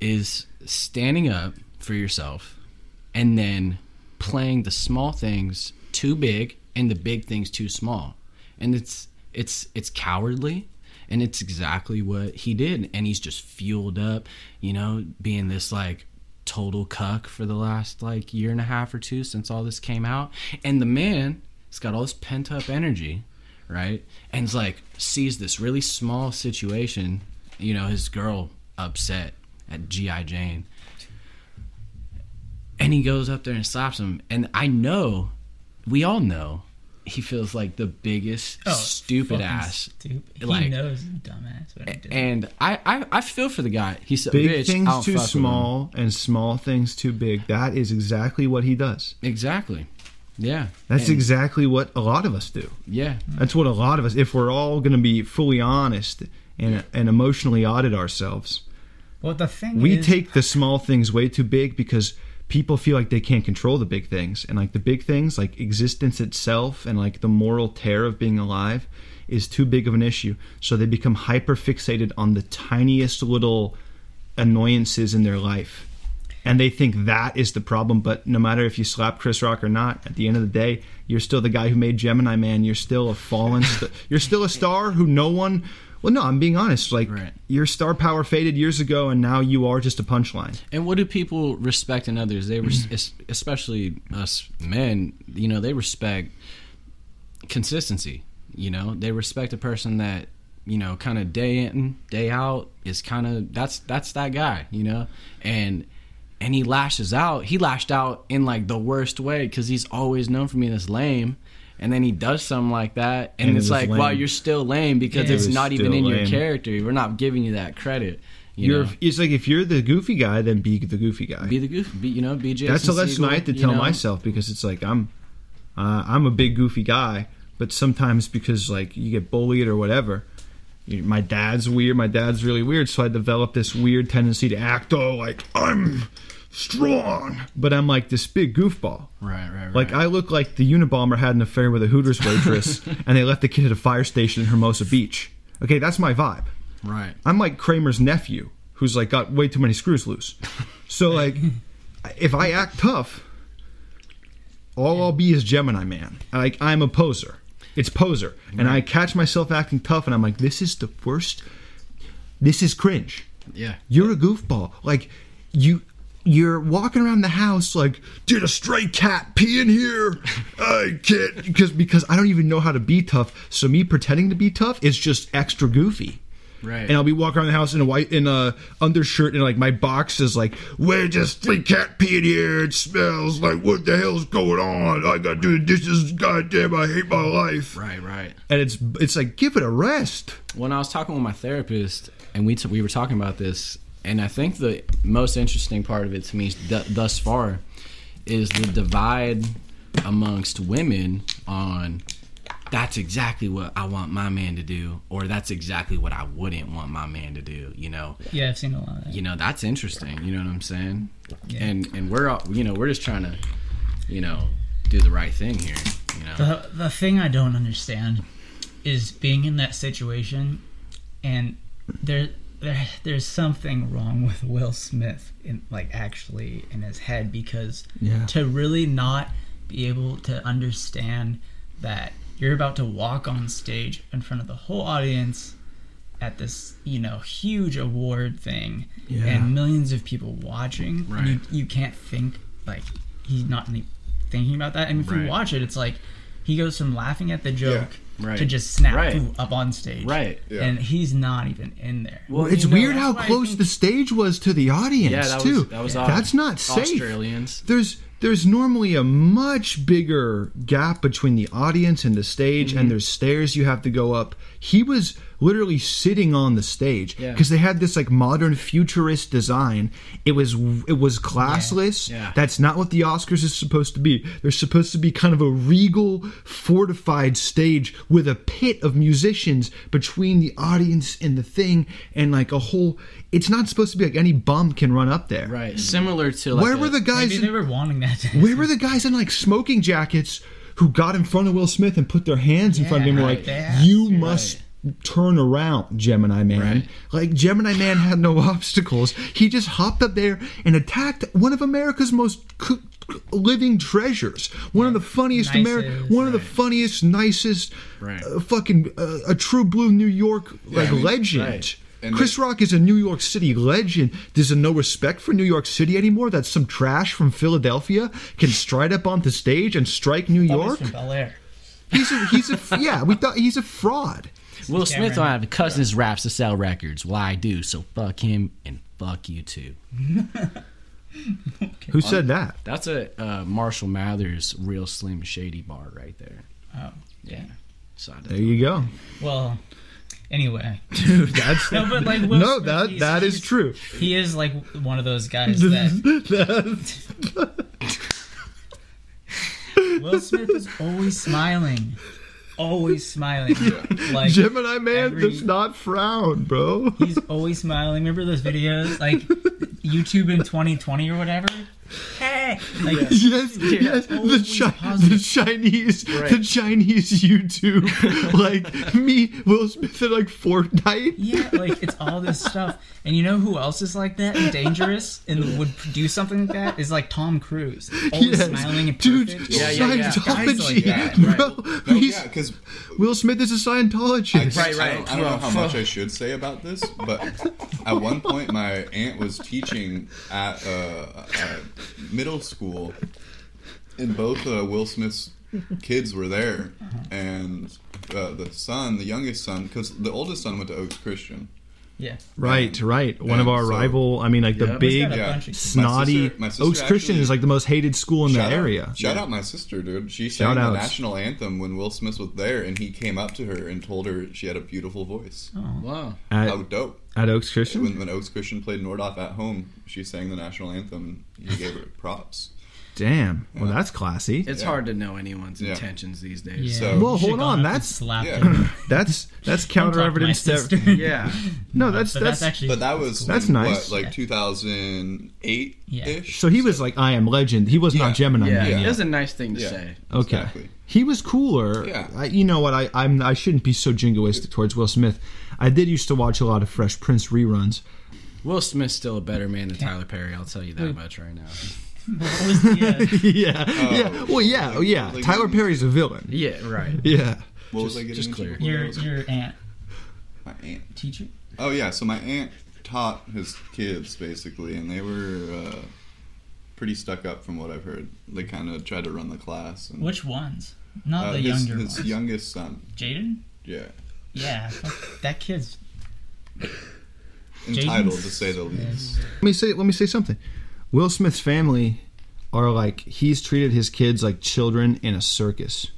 is standing up for yourself and then playing the small things too big and the big things too small. And it's it's it's cowardly and it's exactly what he did and he's just fueled up, you know, being this like total cuck for the last like year and a half or two since all this came out. And the man has got all this pent up energy, right? And it's like sees this really small situation, you know, his girl upset at GI Jane. And he goes up there and slaps him. And I know, we all know, he feels like the biggest
oh,
stupid
fucking
ass.
Stupid. He
Like-
knows, he's dumbass. But he did.
And I, I, I feel for the guy. He said,
Big
"Bitch,
things
I'll
too
fuck with him."
small and small things too big. That is exactly what he does.
Exactly. Yeah.
That's
And-
exactly what a lot of us do.
Yeah.
That's what a lot of us, if we're all going to be fully honest and, and emotionally audit ourselves,
well, the thing
we
is,
take the small things way too big because people feel like they can't control the big things. And like the big things, like existence itself and like the moral tear of being alive, is too big of an issue. So they become hyper fixated on the tiniest little annoyances in their life. and they think that is the problem. But no matter if you slap Chris Rock or not, at the end of the day, you're still the guy who made Gemini Man. You're still a fallen. St- you're still a star who no one. Well, no, I'm being honest. Like
Right.
your star power faded years ago, and now you are just a punchline.
And what do people respect in others? They res- es- especially us men, you know, they respect consistency. You know, they respect a person that you know, kind of day in, day out is kind of that's that's that guy. You know, and and he lashes out. He lashed out in like the worst way because he's always known for being this lame. And then he does something like that, and,
And it
it's
was
like, wow,
lame.
you're still lame because
Yeah.
it's
It was
not even
still
in your
lame.
character. We're not giving you that credit. You
You are
know?
It's like if you're the goofy guy, then be the goofy guy.
be the goof, be, you know, be Jason.
That's the lesson
Segel,
I had to
you
tell
know?
myself because it's like I'm, uh, I'm a big goofy guy, but sometimes because like you get bullied or whatever, you, my dad's weird. My dad's really weird, so I developed this weird tendency to act all like I'm strong, but I'm like this big goofball.
Right, right, right.
Like I look like the Unabomber had an affair with a Hooters waitress, and they left the kid at a fire station in Hermosa Beach. Okay, that's my vibe.
right.
I'm like Kramer's nephew, who's like got way too many screws loose. So like, if I act tough, all I'll be is Gemini Man. Like I'm a poser. It's poser, and I catch myself acting tough, and I'm like, this is the worst. This is cringe.
Yeah.
You're a goofball. Like you. You're walking around the house like, did a stray cat pee in here? I can't because because I don't even know how to be tough. So me pretending to be tough is just extra goofy
Right.
and I'll be walking around the house in a white in a undershirt and like my box is like where just three cat pee in here it smells like what the hell's going on I gotta do the dishes goddamn I hate my life
right, right.
and it's it's like give it a rest
When I was talking with my therapist, and we t- we were talking about this, and I think the most interesting part of it to me th- thus far is the divide amongst women on that's exactly what I want my man to do, or that's exactly what I wouldn't want my man to do. You know,
Yeah, I've seen a lot of that.
you know that's interesting you know what i'm saying and and we're all you know we're just trying to you know do the right thing here you know
The, the thing I don't understand is being in that situation, and there, there there's something wrong with Will Smith in like actually in his head because
Yeah.
to really not be able to understand that you're about to walk on stage in front of the whole audience at this you know huge award thing and millions of people watching and you,
Right.
you can't think like he's not any- thinking about that and if
Right.
you watch it it's like he goes from laughing at the joke
Right.
to just snap
Right.
boom, up on stage
Right.
Yeah.
and he's not even in there
well
it's
you know,
weird how
why I
close
think-
the stage was to the audience
yeah that
too
was that was odd.
that's not safe
australians
there's there's normally a much bigger gap between the audience and the stage
Mm-hmm.
and there's stairs you have to go up he was literally sitting on the stage
Yeah.
because they had this like modern futurist design it was it was classless
Yeah.
that's not what the oscars is supposed to be they're supposed to be kind of a regal fortified stage with a pit of musicians between the audience and the thing and like a whole it's not supposed to be like any bum can run up there
right similar to like uh,
where
a-
were the guys
maybe
in-
they were wanting that to
where were the guys in like smoking jackets who got in front of Will Smith and put their hands in front of him? and
Yeah,
were
right.
Like,
They asked
you
you,
must turn around, Gemini Man. Like, Gemini Man had no obstacles. He just hopped up there and attacked one of America's most c- c- living treasures. One of the funniest Ameri-
Nicest,
one of the funniest, nicest,
Right.
uh, fucking uh, a true blue New York like
I mean,
legend.
right.
And
Chris Rock is a New York City legend. There's a no respect for New York City anymore. That some trash from Philadelphia can stride up onto stage and strike New York.
from Bel Air.
He's a, he's a yeah. We thought he's a fraud.
will
Cameron.
smith don't have cousins raps to sell records well i do so fuck him and fuck you too
Who said that?
that's a uh, marshall mathers real slim shady bar right there
Oh, yeah.
so I
There
don't-
you go.
Well, anyway,
That's
no, but like Will
no.
Smith,
That
he's-
that is true.
He is like one of those guys that. Will Smith is always smiling, always smiling. Like
Gemini Man
every-
does not frown, bro.
he's always smiling. Remember those videos, like YouTube in 2020 or whatever. Hey, okay. Like,
Yes, yes. The, chi- the Chinese, the Chinese YouTube, like me, Will Smith, and like Fortnite.
Yeah, like it's all this stuff. And you know who else is like that and dangerous and would do something like that? Is like Tom Cruise. Always
Yes.
smiling and
Dude,
perfect.
Yeah,
yeah, yeah.
Scientology,
Guys
bro.
like No,
he's-
Oh, yeah, because
Will Smith is a Scientologist.
Right, right.
I don't, I don't know how
Well,
much
fuck.
I should say about this, but at one point my aunt was teaching at uh, a middle school, and both uh, Will Smith's kids were there, and uh, the son, the youngest son, because the oldest son went to Oaks Christian.
Yeah.
Right, right. One of
Yeah,
our
so-
rival. I mean, like the
Yeah.
big
He's got a
Yeah.
bunch of kids.
snotty
My sister
Oaks Christian
actually-
is like the most hated school in the
Shout out-
area.
Shout out my sister, dude. She
Shout
sang the
outs.
national anthem when Will Smith was there, and he came up to her and told her she had a beautiful voice.
Oh.
Wow.
At,
How dope!
at Oaks Christian.
When, when Oaks Christian played Nordoff at home, she sang the national anthem. and He gave her props.
Damn. Well, that's classy.
It's
Yeah.
hard to know anyone's
Yeah.
intentions these
Yeah.
days.
So-
Well,
You should
hold
go
on,
up
that's-
and slapped
Yeah.
him.
That's that's
Don't
counter
talk to my
evidence.
sister.
That, no, that's
but
that's.
that's, actually.
But that was
That's
in,
nice.
What,
Yeah.
like 2008 ish.
so he was like, I am legend. He was
Yeah.
not Gemini.
Yeah.
Man
yeah.
yet.
It was a nice thing to
Yeah.
say.
Okay.
Exactly.
He was cooler.
Yeah.
I, you know what? I I'm I shouldn't be so jingoistic towards Will Smith. I did used to watch a lot of Fresh Prince reruns.
Will Smith's still a better man than Tyler Perry. I'll tell you that much right now.
What was the, uh,
yeah. yeah. Well, yeah. oh, yeah.
like-
Tyler Perry's a villain.
Yeah, right.
Yeah.
What was I
Just-
getting
just
into
clear.
before
your
I was-
your aunt
my aunt.
teacher?
Oh yeah, so my aunt taught his kids basically, and they were uh, pretty stuck up from what I've heard. They kind of tried to run the class. And,
Which ones? Not
uh,
the
his,
younger
his
ones.
youngest son.
Jaden?
Yeah,
Yeah. fuck, That kid's.
entitled
Jaden's-
to say the least.
Let me say. Let me say something. Will Smith's family are like he's treated his kids like children in a circus.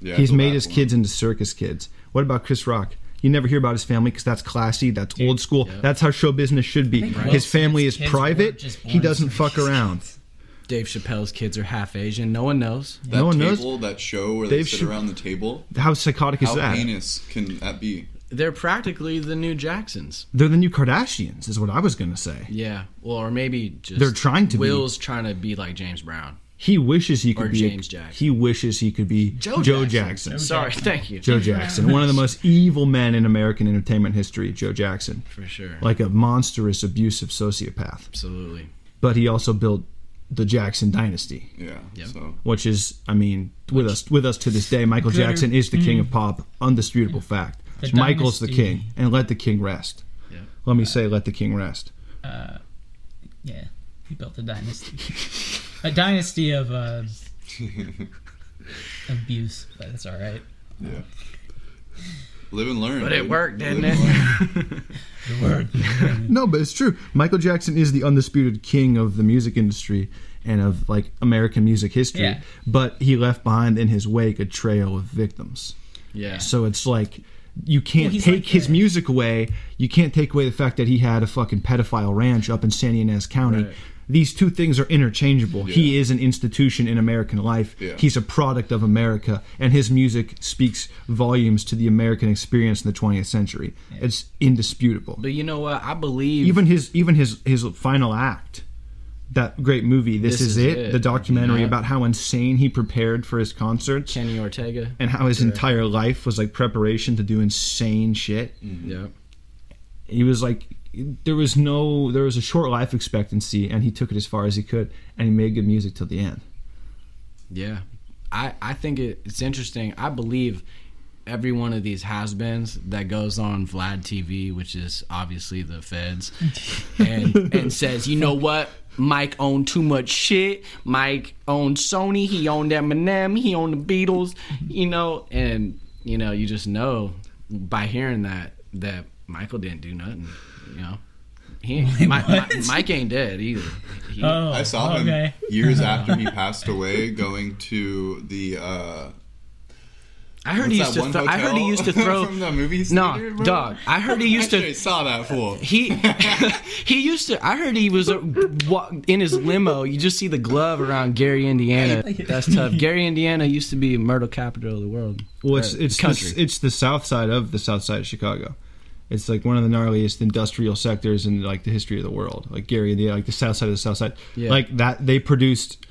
Yeah,
he's
the
made
last
his
one.
kids into circus kids. What about Chris Rock? You never hear about his family because that's classy, that's old school, that's how show business should be.
think Will
His family
Smith's
is
kids were
private.
just
He
born
doesn't
circus
fuck around.
Dave Chappelle's kids are half Asian. No one knows.
That
No one knows.
table, that show where they
Dave
sit
Chapp-
around the table.
How psychotic is
How
that?
heinous can that be?
They're practically the new Jacksons.
They're the new Kardashians, is what I was gonna say.
Yeah. Well, or maybe just
They're trying to be.
Will's trying to be like James Brown.
He wishes he could
Or
be
James Jackson.
He wishes he could be Joe, Jackson.
Sorry. Thank you.
Joe Jackson, one of the most evil men in American entertainment history, Joe Jackson.
For sure.
Like a monstrous, abusive sociopath.
Absolutely.
But he also built the Jackson dynasty.
Yeah.
Yep.
So
which is I mean with us with us to this day Michael
Gooder.
Jackson is the king of pop undisputable fact
The
Michael's the
dynasty.
king and let the king rest
Yeah.
let me say let the king rest
Uh, Yeah. He built a dynasty. a dynasty of uh, abuse, but that's all right.
yeah. Live and learn.
But it
dude.
worked,
Live
didn't
and
it?
learn.
no but it's true Michael Jackson is the undisputed king of the music industry and of like American music history
Yeah.
but he left behind in his wake a trail of victims
Yeah.
so it's like you can't
Well, he's
take
like
his
a-
music away. You can't take away the fact that he had a fucking pedophile ranch up in San Ynez County.
Right.
These two things are interchangeable. He
Yeah.
is an institution in American life.
Yeah.
He's a product of America, and his music speaks volumes to the American experience in the 20th century. It's indisputable.
But you know what? I believe
Even his even his his final act, that great movie. This, is, it, The documentary
Yeah.
about how insane he prepared for his concerts
Kenny Ortega.
and how his entire life was like preparation to do insane shit.
Yeah.
He was like, there was no, there was a short life expectancy, and he took it as far as he could, and he made good music till the end.
Yeah. I, I think it, it's interesting. I believe every one of these has beens that goes on Vlad TV, which is obviously the feds, and, and says, you know what? Mike owned too much shit. Mike owned Sony. He owned Eminem. He owned the Beatles, you know? And, you know, you just know by hearing that, that Michael didn't do nothing, you know? He, Mi- Mi- Mike ain't dead either. He-
Oh,
I saw him
okay.
years after he passed away, going to the. Uh,
I heard
what's
he
that
used to.
one
Thro- I heard he
hotel
used to throw
from the movie
No,
theater, bro?
dog. I heard he used
Actually,
to.
saw that fool.
He he used to. I heard he was uh, wa- in his limo. You just see the glove around Gary, Indiana. That's tough. Gary, Indiana used to be Myrtle capital of the world.
Well, it's
Or
it's
country.
The, it's the south side of the south side of Chicago. It's like one of the gnarliest industrial sectors in like the history of the world. Like Gary, the like the south side of the south side,
Yeah.
like that they produced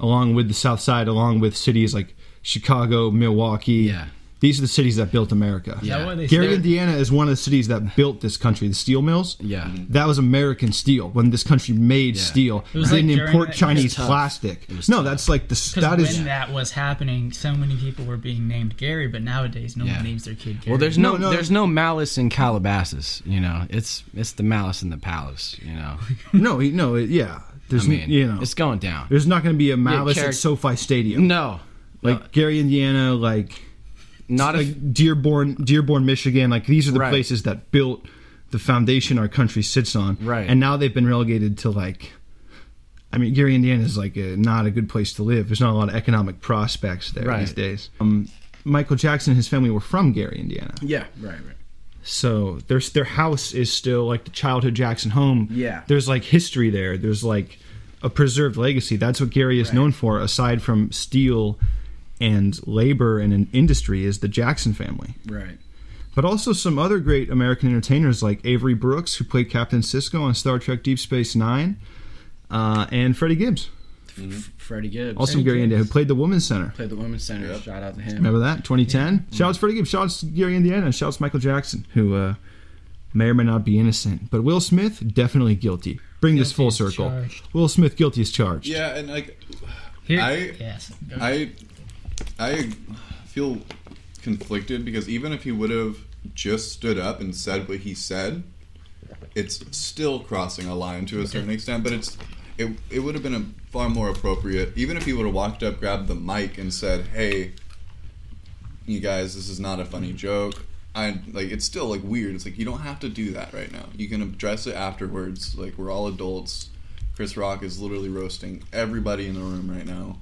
along with the South Side, along with cities like Chicago, Milwaukee.
Yeah.
These are the cities that built America.
Is that why they
Gary,
said-
Indiana is one of the cities that built this country, the steel mills.
Yeah. Mhm.
That was American steel when this country made
Yeah.
steel.
was
didn't
like during
import
that-
Chinese
It was tough.
plastic.
It was
No,
tough.
that's like the
Because
that
when
is
that was happening, so many people were being named Gary, but nowadays no
Yeah.
one names their kid Gary.
Well, there's
No,
no,
no.
there's no malice in Calabasas. You know, it's it's the malice in the palace. You know,
no, he- no, it- yeah. There's
I mean,
you know,
it's going down.
there's not going to be a malice
charac-
at SoFi Stadium.
No,
Like Gary, Indiana, like
not if
like Dearborn, Dearborn, Michigan. Like these are the
Right.
places that built the foundation our country sits on.
Right.
And now they've been relegated to like, I mean, Gary, Indiana is like a, not a good place to live. There's not a lot of economic prospects there
Right.
these days. Um, Michael Jackson and his family were from Gary, Indiana,
yeah, right, right.
so their their house is still like the childhood Jackson home.
Yeah.
There's like history there. There's like a preserved legacy. That's what Gary is known for, aside from steel and labor and an industry, is the Jackson family
Right.
but also some other great American entertainers like Avery Brooks, who played Captain Cisco on Star Trek Deep Space Nine, uh, and Freddie Gibbs,
Mm-hmm. Freddie Gibbs.
also from Gary Indiana, who played the Women's Center.
Played the women's center. Shout out to him.
Remember that? 2010. Shouts Freddie Gibbs. Shouts Gary Indiana. Shouts Michael Jackson, who uh, may or may not be innocent. But Will Smith definitely guilty. Bring this full
Guilty as
circle.
charged.
Will Smith guilty is charged.
Yeah, and like
Here,
I-
yes,
I I feel conflicted because even if he would have just stood up and said what he said, it's still crossing a line to a certain extent. But it's it it would have been a far more appropriate even if he would have walked up, grabbed the mic, and said, "Hey, you guys, this is not a
Mm-hmm.
funny joke." I like it's still like weird. It's like you don't have to do that right now. You can address it afterwards. Like we're all adults. Chris Rock is literally roasting everybody in the room right now.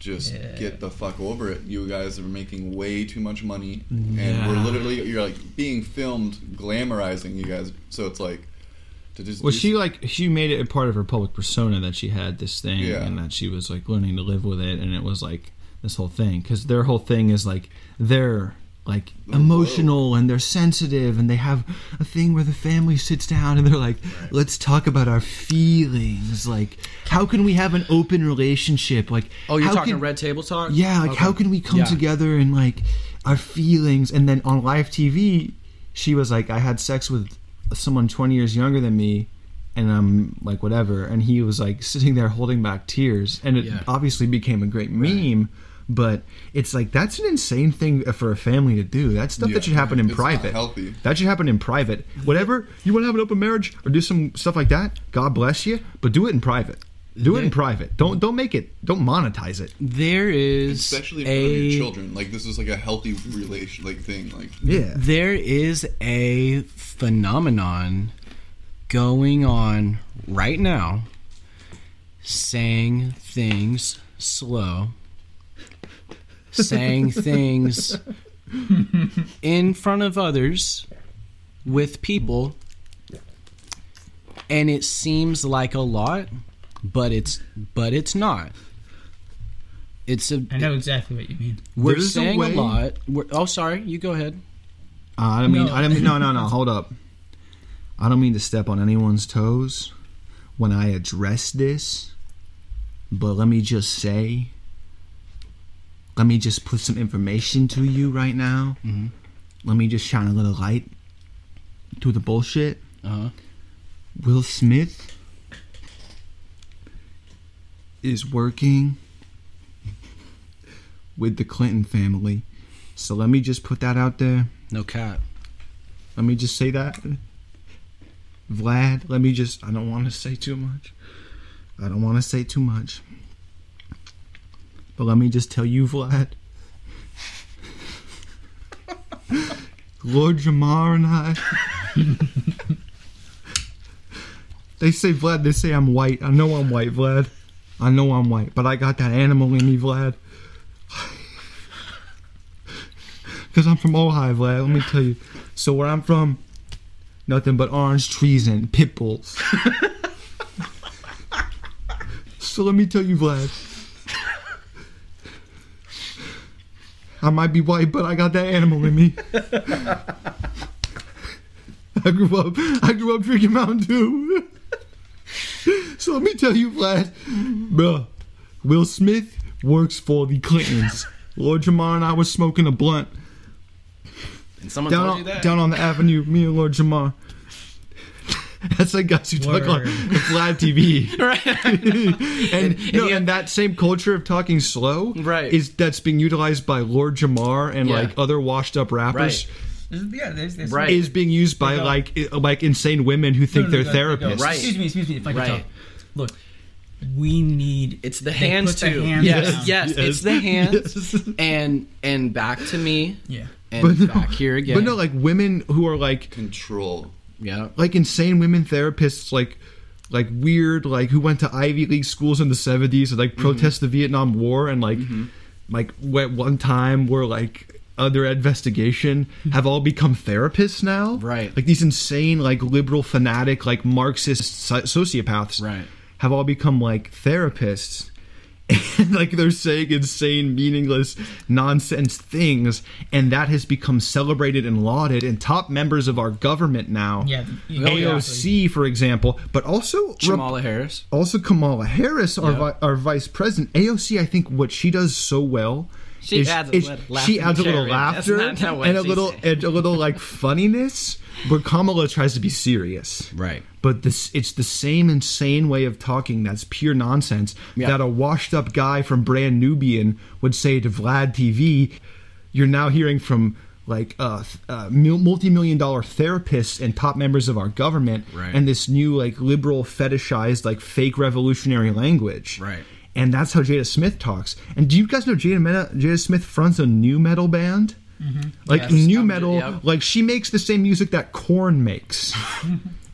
Just
Yeah.
get the fuck over it. You guys are making way too much money, and we're literally you're like being filmed glamorizing you guys. So it's like to just
Well,
do-
she like she made it a part of her public persona that she had this thing
Yeah.
and that she was like learning to live with it, and it was like this whole thing because their whole thing is like they're like emotional and they're sensitive and they have a thing where the family sits down and they're like let's talk about our feelings like how can we have an open relationship like
Oh, you're
how
talking
can-
Red Table Talk?
yeah, like
Okay.
how can we come
Yeah.
together and like our feelings? And then on live TV, she was like, I had sex with someone 20 years younger than me, and I'm like, whatever. And he was like sitting there holding back tears, and it
Yeah.
obviously became a great meme. But it's like that's an insane thing for a family to do. That stuff that
Yeah.
should happen in
It's not
private.
healthy.
That should happen in private. Whatever you want to have an open marriage or do some stuff like that. God bless you, but do it in private. Do it in
They-
private. Don't don't make it. Don't monetize it.
There is
especially in front of
a
your children. Like this is like a healthy relation like thing. Like
Yeah.
there is a phenomenon going on right now saying things slow saying things in front of others with people and it seems like a lot but it's but it's not it's a
I know exactly what you mean.
we're
There's a
saying a,
way-
lot we're, oh sorry you go ahead
Uh, I don't mean,
No.
I don't mean, no, no, no. Hold up. I don't mean to step on anyone's toes when I address this, but let me just say, let me just put some information to you right now. Let me just shine a little light to the bullshit.
uh-huh
Will Smith is working with the Clinton family. So let me just put that out there.
no cap
Let me just say that. Vlad, let me just. I don't want to say too much. I don't want to say too much. But let me just tell you, Vlad. Lord Jamar and I. they say, Vlad, they say I'm white. I know I'm white, Vlad. I know I'm white, but I got that animal in me, Vlad. Because I'm from Ohio, Vlad. Let me tell you. So where I'm from, nothing but orange trees and pit bulls. so let me tell you, Vlad. I might be white, but I got that animal in me. I grew up. I grew up drinking Mountain Dew. so let me tell you, Vlad, bruh. Will Smith works for the Clintons. Lord Jamar and I were smoking a blunt
And someone
down
told you
on,
that.
down on the avenue, me and Lord Jamar. That's like guys who talk on
Word.
live TV. and,
And-
no,
and he-
and that same culture of talking slow
Right.
is that's being utilized by Lord Jamar and
Yeah.
like other washed up rappers
Right.
Yeah, there's, there's
Right.
is being used by
go.
like i- like insane women who think
No, no,
they're
no, no, no,
therapists.
no.
Right.
Excuse me, excuse me. If I can
Right.
talk. Look, we need.
It's the
They
hands
put the
too.
hands
yes,
down.
yes,
Yes.
it's the hands.
Yes.
And and back to me
yeah.
and
But no-
back here again.
But no, like women who are like
Control.
yeah.
like insane women therapists like like weird like who went to ivy league schools in the 70s and
Mm-hmm.
like protest the vietnam war and like like at one time were like under investigation have all become therapists now
Right.
like these insane like liberal fanatic like marxist soci- sociopaths
Right.
have all become like therapists and like they're saying insane meaningless nonsense things and that has become celebrated and lauded and top members of our government now
Yeah.
AOC, for example, but also
Jamala Harris.
also Kamala Harris, our
Yeah.
vi- our vice president. AOC, I think what she does so well.
She
is-
adds a
is
little
she adds a little
laughter. That's
laughter
not- not what
and a
she
little
said.
and a little like funniness, where Kamala tries to be serious.
Right.
But this it's the same insane way of talking that's pure nonsense
Yeah.
that a washed up guy from Brand Nubian would say to Vlad TV. You're now hearing from like uh, th- uh, mil- multi-million dollar therapists and top members of our government
Right.
and this new like liberal fetishized like fake revolutionary language
Right.
and that's how Jada Smith talks. And do you guys know Jada, Meta, Jada Smith fronts a new metal band? Like
Yes.
new
Um,
metal,
yeah.
like she makes the same music that Korn makes.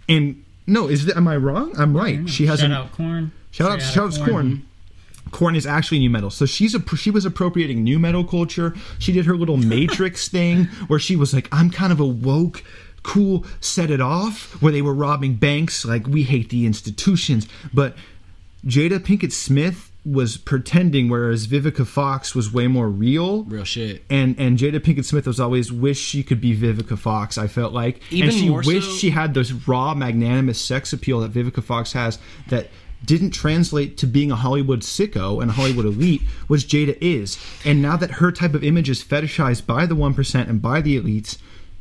and no, is that, am I wrong? I'm right. She has
Shout
an,
out corn.
Shout out, shout out to Korn. Korn is actually new metal. So she's a she was appropriating new metal culture. She did her little Matrix thing where she was like, "I'm kind of a woke." Cool, set it off where they were robbing banks. Like we hate the institutions, but Jada Pinkett Smith was pretending, whereas Vivica Fox was way more real.
Real shit.
And and Jada Pinkett Smith was always wish she could be Vivica Fox. I felt like,
Even
and she
more so-
wished she had this raw, magnanimous sex appeal that Vivica Fox has that didn't translate to being a Hollywood sicko and a Hollywood elite, which Jada is. And now that her type of image is fetishized by the one percent and by the elites,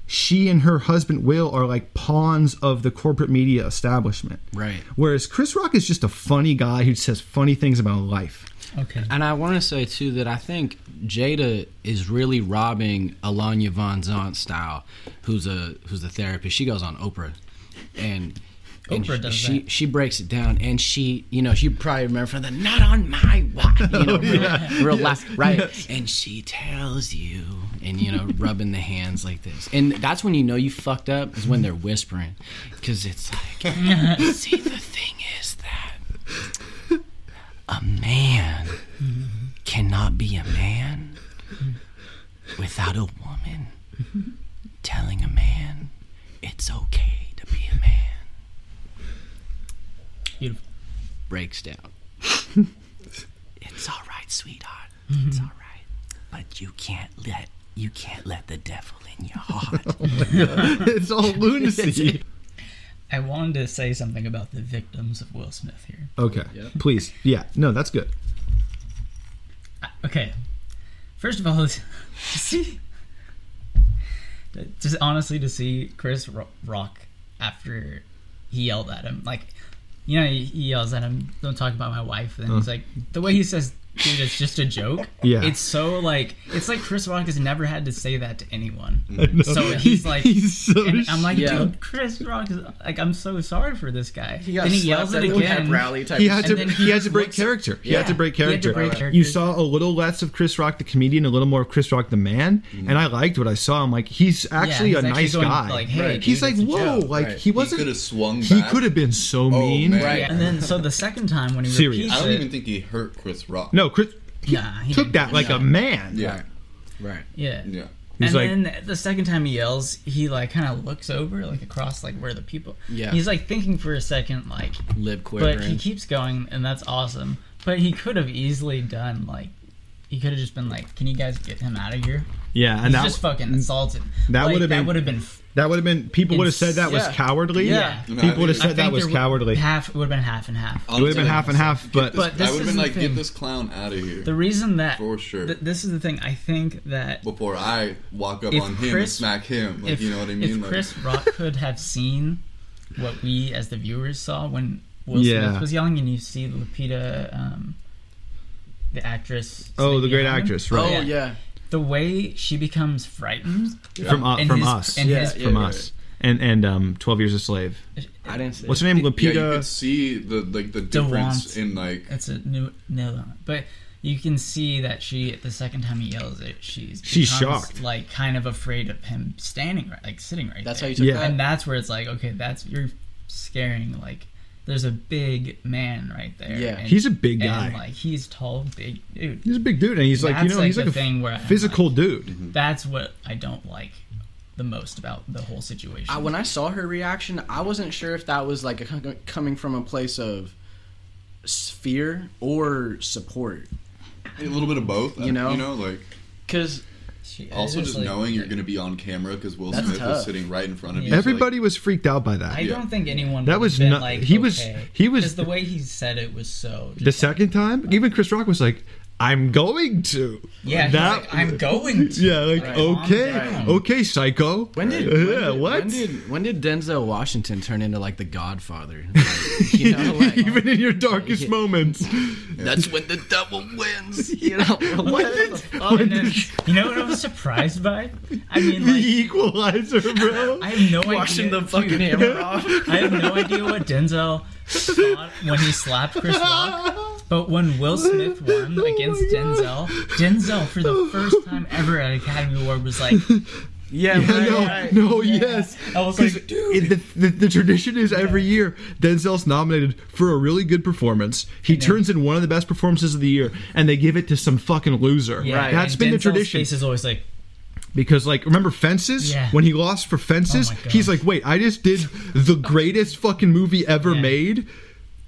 she and her husband Will are like pawns of the corporate media establishment.
Right.
Whereas Chris Rock is just a funny guy who says funny things about life.
Okay.
And I want to say too that I think Jada is really robbing Alanya Von Zant style, who's a who's a therapist. She goes on Oprah, and. and
Oprah does
she
that.
she breaks it down and she you know she probably remember from the not on my watch you
Oh,
know real, real laugh, right and she tells you and you know rubbing the hands like this and that's when you know you fucked up is when they're whispering because it's like see the thing is that a man cannot be a man without a woman telling a man it's okay to be a man.
Beautiful.
Breaks down. it's all right, sweetheart. It's all right, but you can't let you can't let the devil in your heart.
It's all lunacy.
I wanted to say something about the victims of Will Smith here.
okay. Please. Yeah. No, that's good.
Okay. First of all, to see, just honestly to see Chris Ro- Rock after he yelled at him, like, you know, he he yells at him, "Don't talk about my wife." And he's like, the way he says, "Dude, it's just a joke."
Mm. Yeah.
It's so like, it's like Chris Rock has never had to say that to anyone. So he's like,
He's so
and I'm like,
Yeah.
dude, Chris Rock is like, I'm so sorry for this guy. then he yells it again.
type.
he had to
And then
he,
he
had to break
looks-
character. He had
Yeah.
to break
He had
character.
to break character.
You saw a little less of Chris Rock the comedian, a little more of Chris Rock the man, and I liked what I saw. I'm like, he's actually
Mm. he's
a
actually
nice
going,
guy.
like, hey, Right.
he's
dude,
like,
it's a
whoa,
joke.
like
Right.
he
He could
wasn't.
have swung
He
back.
could have been so mean.
Oh, man.
Right.
And then so the second time when he
Serious.
repeats
I don't
it,
even think he hurt Chris Rock.
No, Chris
nah, he
took
didn't.
that like
No.
a man.
Yeah.
Right.
yeah.
Yeah.
He's
and
like-
then the second time he yells, he like kind of looks over like across like where the people.
Yeah.
He's like thinking for a second, like,
Lip
but he
quivering.
keeps going, and that's awesome. But he could have easily done like he could have just been like, "Can you guys get him out of here?"
Yeah, and
He's
that
just fucking assaulted.
that
Like,
would've
that
been-
would have been f-
that would have been people would have said
It's-
that was
yeah.
cowardly.
Yeah.
No, I
people would have
think-
I
said that
think
was
there would-
cowardly. It
Half it would have been half and half.
would have been half and half, but
But
I
this
would
is
have been
the
like,
thing.
get this clown out of here
The reason that
for sure.
th- this is the thing. I think that
before I walk up
If
on him and
Chris-
smack him, like
if,
you know what I
if
mean. Like,
Chris Rock could have seen what we as the viewers saw when Will
Yeah.
Smith was yelling, and you see Lupita, um, the actress.
oh, the
sneaking
great
on him,
actress,
Oh
right?
yeah.
Yeah. The way she becomes frightened
From uh,
And
from
his-
us,
and
Yeah,
his-
yeah,
from
yeah.
us, and and um, Twelve Years a Slave.
I didn't say.
What's her name?
yeah, you could
Lupita.
see the like the difference
Durant.
in like
That's a new no, but you can see that she the second time he yells it, she's
She's
becomes,
shocked.
like kind of afraid of him standing right, like sitting right.
That's how
there.
you took
Yeah.
that.
and that's where it's like okay, that's you're scaring like there's a big man right there.
Yeah.
and-
He's a big
And,
guy.
like he's tall, big dude.
He's a big dude, and he's like you
That's,
know
like,
he's
the
like a
thing where I'm
physical dude.
like, that's what I don't like the most about the whole situation.
I, when I saw her reaction, I wasn't sure if that was like a, coming from a place of s- fear or support.
a little bit of both.
You know?
you know, like
Because
She- I
also just
like-
knowing you're going to be on camera because Will
That's
Smith
tough.
was sitting right in front of you.
Yeah.
so,
Everybody was freaked out by
I
that.
Yeah.
don't think anyone.
That
would
was
have been
not-
like,
he was-
okay.
he was-
'Cause the way he said it was so.
The
just like-
second time, even Chris Rock was like, "I'm going to."
Yeah, he's
that.
like, I'm going to.
yeah, like
Right.
okay,
Calm down.
okay, psycho.
when did,
yeah,
when did-
what?
when did when did Denzel Washington turn into like the Godfather? Like, you know, like,
even in your darkest moments.
that's when the devil wins. You know,
What did,
Oh,
when
and
did
then, you know what I was surprised by? I mean,
the
like,
equalizer, bro?
I have no
washing
idea.
the fucking hammer off.
I have no idea what Denzel thought when he slapped Chris Rock. But when Will Smith
Oh
won against Denzel, Denzel for the first time ever at Academy Award was like,
Yeah,
Yeah,
right,
no,
right.
no, yes.
I was
'Cause
like,
it- the, the, the tradition is every year Denzel's nominated for a really good performance. He turns in one of the best performances of the year, and they give it to some fucking loser.
yeah,
Right.
That's
and
been the
Denzel's
tradition.
Face is always like,
Because, like, remember Fences?
Yeah.
When he lost for Fences,
Oh my gosh.
he's like, wait, I just did the greatest fucking movie ever
Yeah.
made.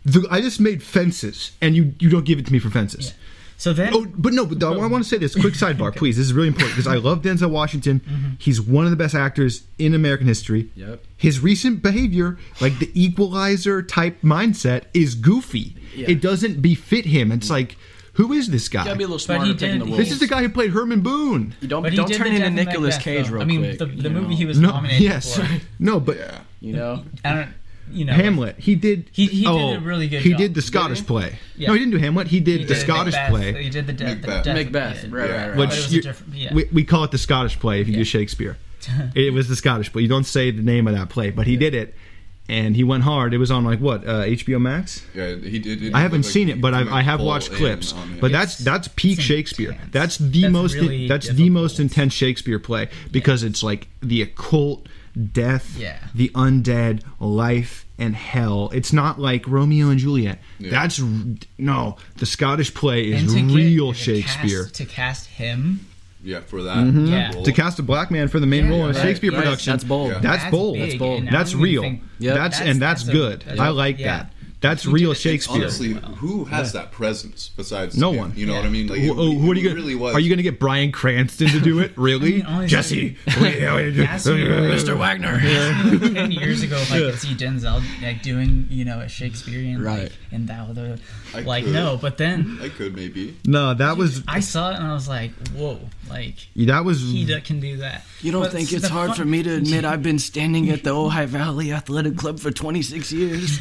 The, I just made Fences, and you, you don't give it to me for Fences.
so then.
Oh, but no, but I want to say this quick sidebar, please. This is really important because I love Denzel Washington.
Mm-hmm.
He's one of the best actors in American history.
Yep.
His recent behavior, like the equalizer type mindset, is goofy.
Yeah.
It doesn't befit him.
Mm-hmm.
It's like, who is this guy?
Gotta be a little smarter
he
picking
did-
the
he-
wolves.
this is the guy who played Herman Boone.
You don't
But he
don't
did
turn
the Death
into
of
Nicolas
Macbeth,
Cage
though.
real
I mean,
quick.
the,
you
the movie
know?
he was
No,
nominated
yes,
for.
no, but
Yeah,
You know,
I don't, you know,
Hamlet. He did.
He- he did
oh,
a really good
He
job.
did the
Did
Scottish play.
Yeah.
No, he didn't do Hamlet. He did
He
the
did
Scottish
Macbeth,
play,
He did the death.
Macbeth.
The death
Macbeth.
yeah.
Right, right, right.
But it
which
was a
you-
different. Yeah.
we, we call it the Scottish play if you do Shakespeare. it was the Scottish play. You don't say the name of that play, but he did it, and he went hard. It was on like what uh, HBO Max.
yeah. He did. it
I haven't
looked like
seen
he
it, but I've,
went
I have
full
watched
in
clips.
on it.
But that's that's peak
it's
Shakespeare.
intense.
That's the
That's
most
really
that's the
difficult.
most intense Shakespeare play because it's like the occult, death,
Yeah.
the undead, life and hell. It's not like Romeo and Juliet. That's r- no, the Scottish play is
And to get-
real
to cast-
Shakespeare.
to cast him,
yeah, for that, that
Mm-hmm. Yeah.
role.
to cast a black man for the main
Yeah,
role in a
right,
Shakespeare
right.
production.
That's bold.
Yeah.
That's,
That's
bold.
big,
That's bold.
and I don't
That's
even
real.
think-
Yep.
That's,
That's-
and that's,
that's a-
good.
that's
I
a-
like
yeah.
that. That's
He
real
did it
Shakespeare.
Honestly, who has that presence besides
No
him?
one.
You know what I mean? Like,
Wh- oh,
who
what are you gonna,
really was?
Are you going to get Brian Cranston to do it? Really,
mean, honestly,
Jesse?
That's really-
Mr. Wagner.
ten years ago, if I could see Denzel like doing you know a Shakespearean
Right.
like in that the
I
like
could.
no, but then
I could maybe.
no, that was
I saw it and I was like, whoa, like
that was.
he d- can do that.
Hmm. You don't
But
think it's
the
hard
fun-
for me to admit I've been standing at the Ojai Valley Athletic Club for 26 years?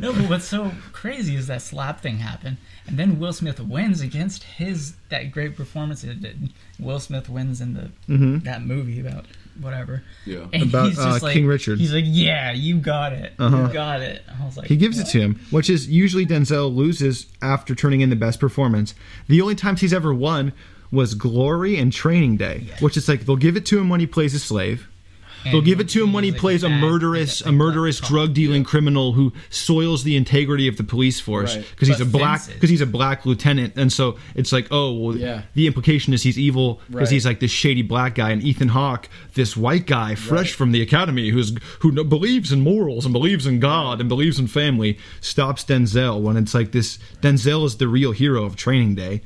No, but what's so crazy is that slap thing happened, and then Will Smith wins against his that great performance that did. Will Smith wins in the that movie about whatever.
Yeah.
And
Mm-hmm. About, uh,
like,
King Richard.
He's like, yeah, you got it,
Uh-huh.
you got it. I was like,
He gives it to him, which is usually Denzel loses after turning in the best performance. The only times he's ever won was Glory and Training Day, which is like they'll give it to him when he plays a slave.
And
They'll give it to him when he
he's like
plays a
mad
murderous,
that
a
they
murderous
got caught.
drug dealing criminal who soils the integrity of the police force
Right.
because he's
But
a black
fences.
because he's a black lieutenant, and so it's like, oh, well,
Yeah.
the implication is he's evil because
Right.
he's like this shady black guy, and Ethan Hawke, this white guy fresh from the academy who's who no- believes in morals and believes in God and believes in family, stops Denzel when it's like this. Denzel is the real hero of Training Day.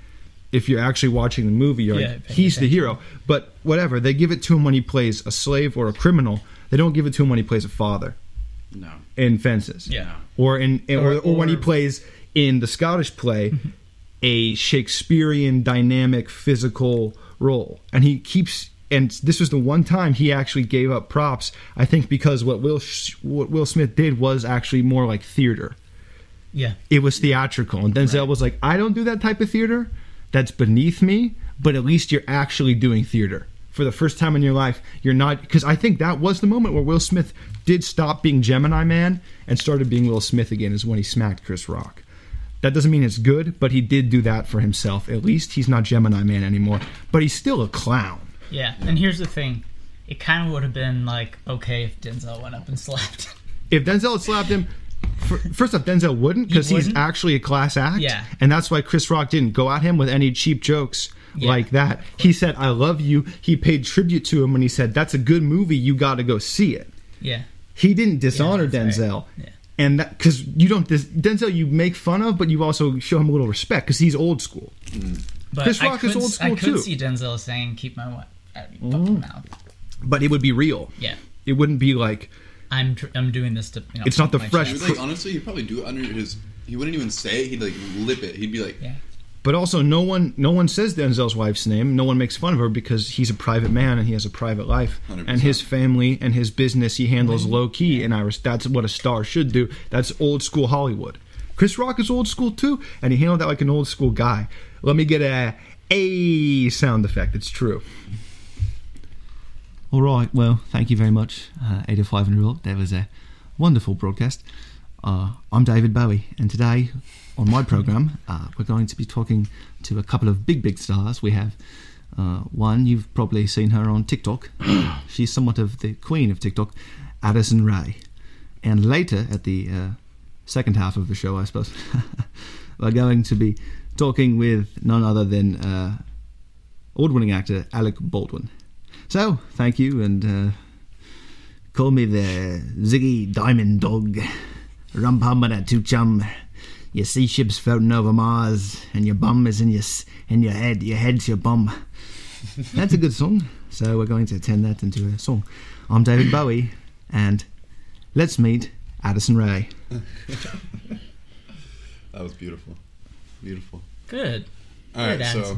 if you're actually watching the movie, you're
Yeah,
like,
paying
he's the
attention.
hero. But whatever, they give it to him when he plays a slave or a criminal. They don't give it to him when he plays a father
No.
in Fences.
Yeah.
Or in, in- or, or,
Or-
when he
or-
plays in the Scottish play, a Shakespearean dynamic physical role, and he keeps. And this was the one time he actually gave up props. I think because what Will Sh- what Will Smith did was actually more like theater.
Yeah.
It was theatrical, and Denzel was like, "I don't do that type of theater. That's beneath me." But at least you're actually doing theater for the first time in your life. You're not because I think that was the moment where Will Smith did stop being Gemini Man and started being Will Smith again. Is when he smacked Chris Rock. That doesn't mean it's good, but he did do that for himself. At least he's not Gemini Man anymore, but he's still a clown.
Yeah. And here's the thing. It kind of would have been like okay if Denzel went up and slapped. him.
If Denzel had slapped him, fir- first off, Denzel wouldn't because he's
wouldn't?
actually a class act.
Yeah.
And that's why Chris Rock didn't go at him with any cheap jokes like that. He said, I love you. He paid tribute to him when he said, That's a good movie. You got to go see it.
Yeah.
He didn't dishonor
that's right.
Denzel.
Yeah.
And that, because you don't, dis- Denzel, you make fun of, but you also show him a little respect because he's old school.
But
Chris
I
Rock
could,
is old
s- I
school,
could
too. Mm-hmm.
see Denzel saying, "Keep my wa- out of your fucking mouth."
But it would be real.
Yeah.
It wouldn't be like,
I'm tr- I'm doing this to. You know,
It's not the
my
fresh-
He
chest.
would, like honestly, he'd probably do it under his. He wouldn't even say. it, He'd like lip it. He'd be like,
Yeah.
But also, no one no one says Denzel's wife's name. No one makes fun of her because he's a private man and he has a private life
100%.
and his family and his business he handles low key. And I res- that's what a star should do. That's old school Hollywood. Chris Rock is old school too, and he handled that like an old school guy. Let me get a a sound effect. It's true.
All right. Well, thank you very much, uh, Ada Five and Rock. That was a wonderful broadcast. Uh, I'm David Bowie, and today on my program, uh, we're going to be talking to a couple of big, big stars. We have uh, one you've probably seen her on TikTok. She's somewhat of the queen of TikTok, Addison Ray. And later at the uh, second half of the show, I suppose, we're going to be talking with none other than uh, award-winning actor Alec Baldwin. So, thank you, and uh, call me the Ziggy Diamond Dog, Rum Pum and a Two Chum. Your sea ship's floating over Mars, and your bum is in your s- in your head. Your head's your bum. That's a good song. So we're going to turn that into a song. I'm David Bowie, and let's meet Addison Ray.
"That was beautiful, beautiful."
Good.
All right,
Good
so
answer.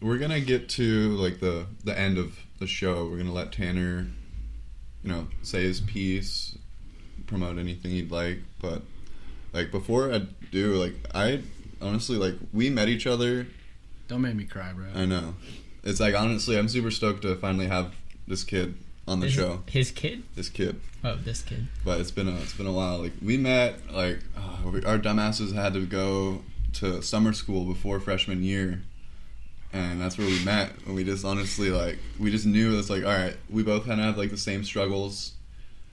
we're gonna get to like the the end of the show. We're gonna let Tanner, you know, say his piece, promote anything he'd like. But like before I do, like I honestly like we met each other.
Don't make me cry, bro.
I know it's like honestly, I'm super stoked to finally have this kid on the
This-
show.
His kid.
This kid,
Oh, this kid.
but it's been a it's been a while. Like we met, like uh, we, our dumbasses had to go to summer school before freshman year, and that's where we met. And we just honestly like we just knew it's like all right, we both kind of have like the same struggles.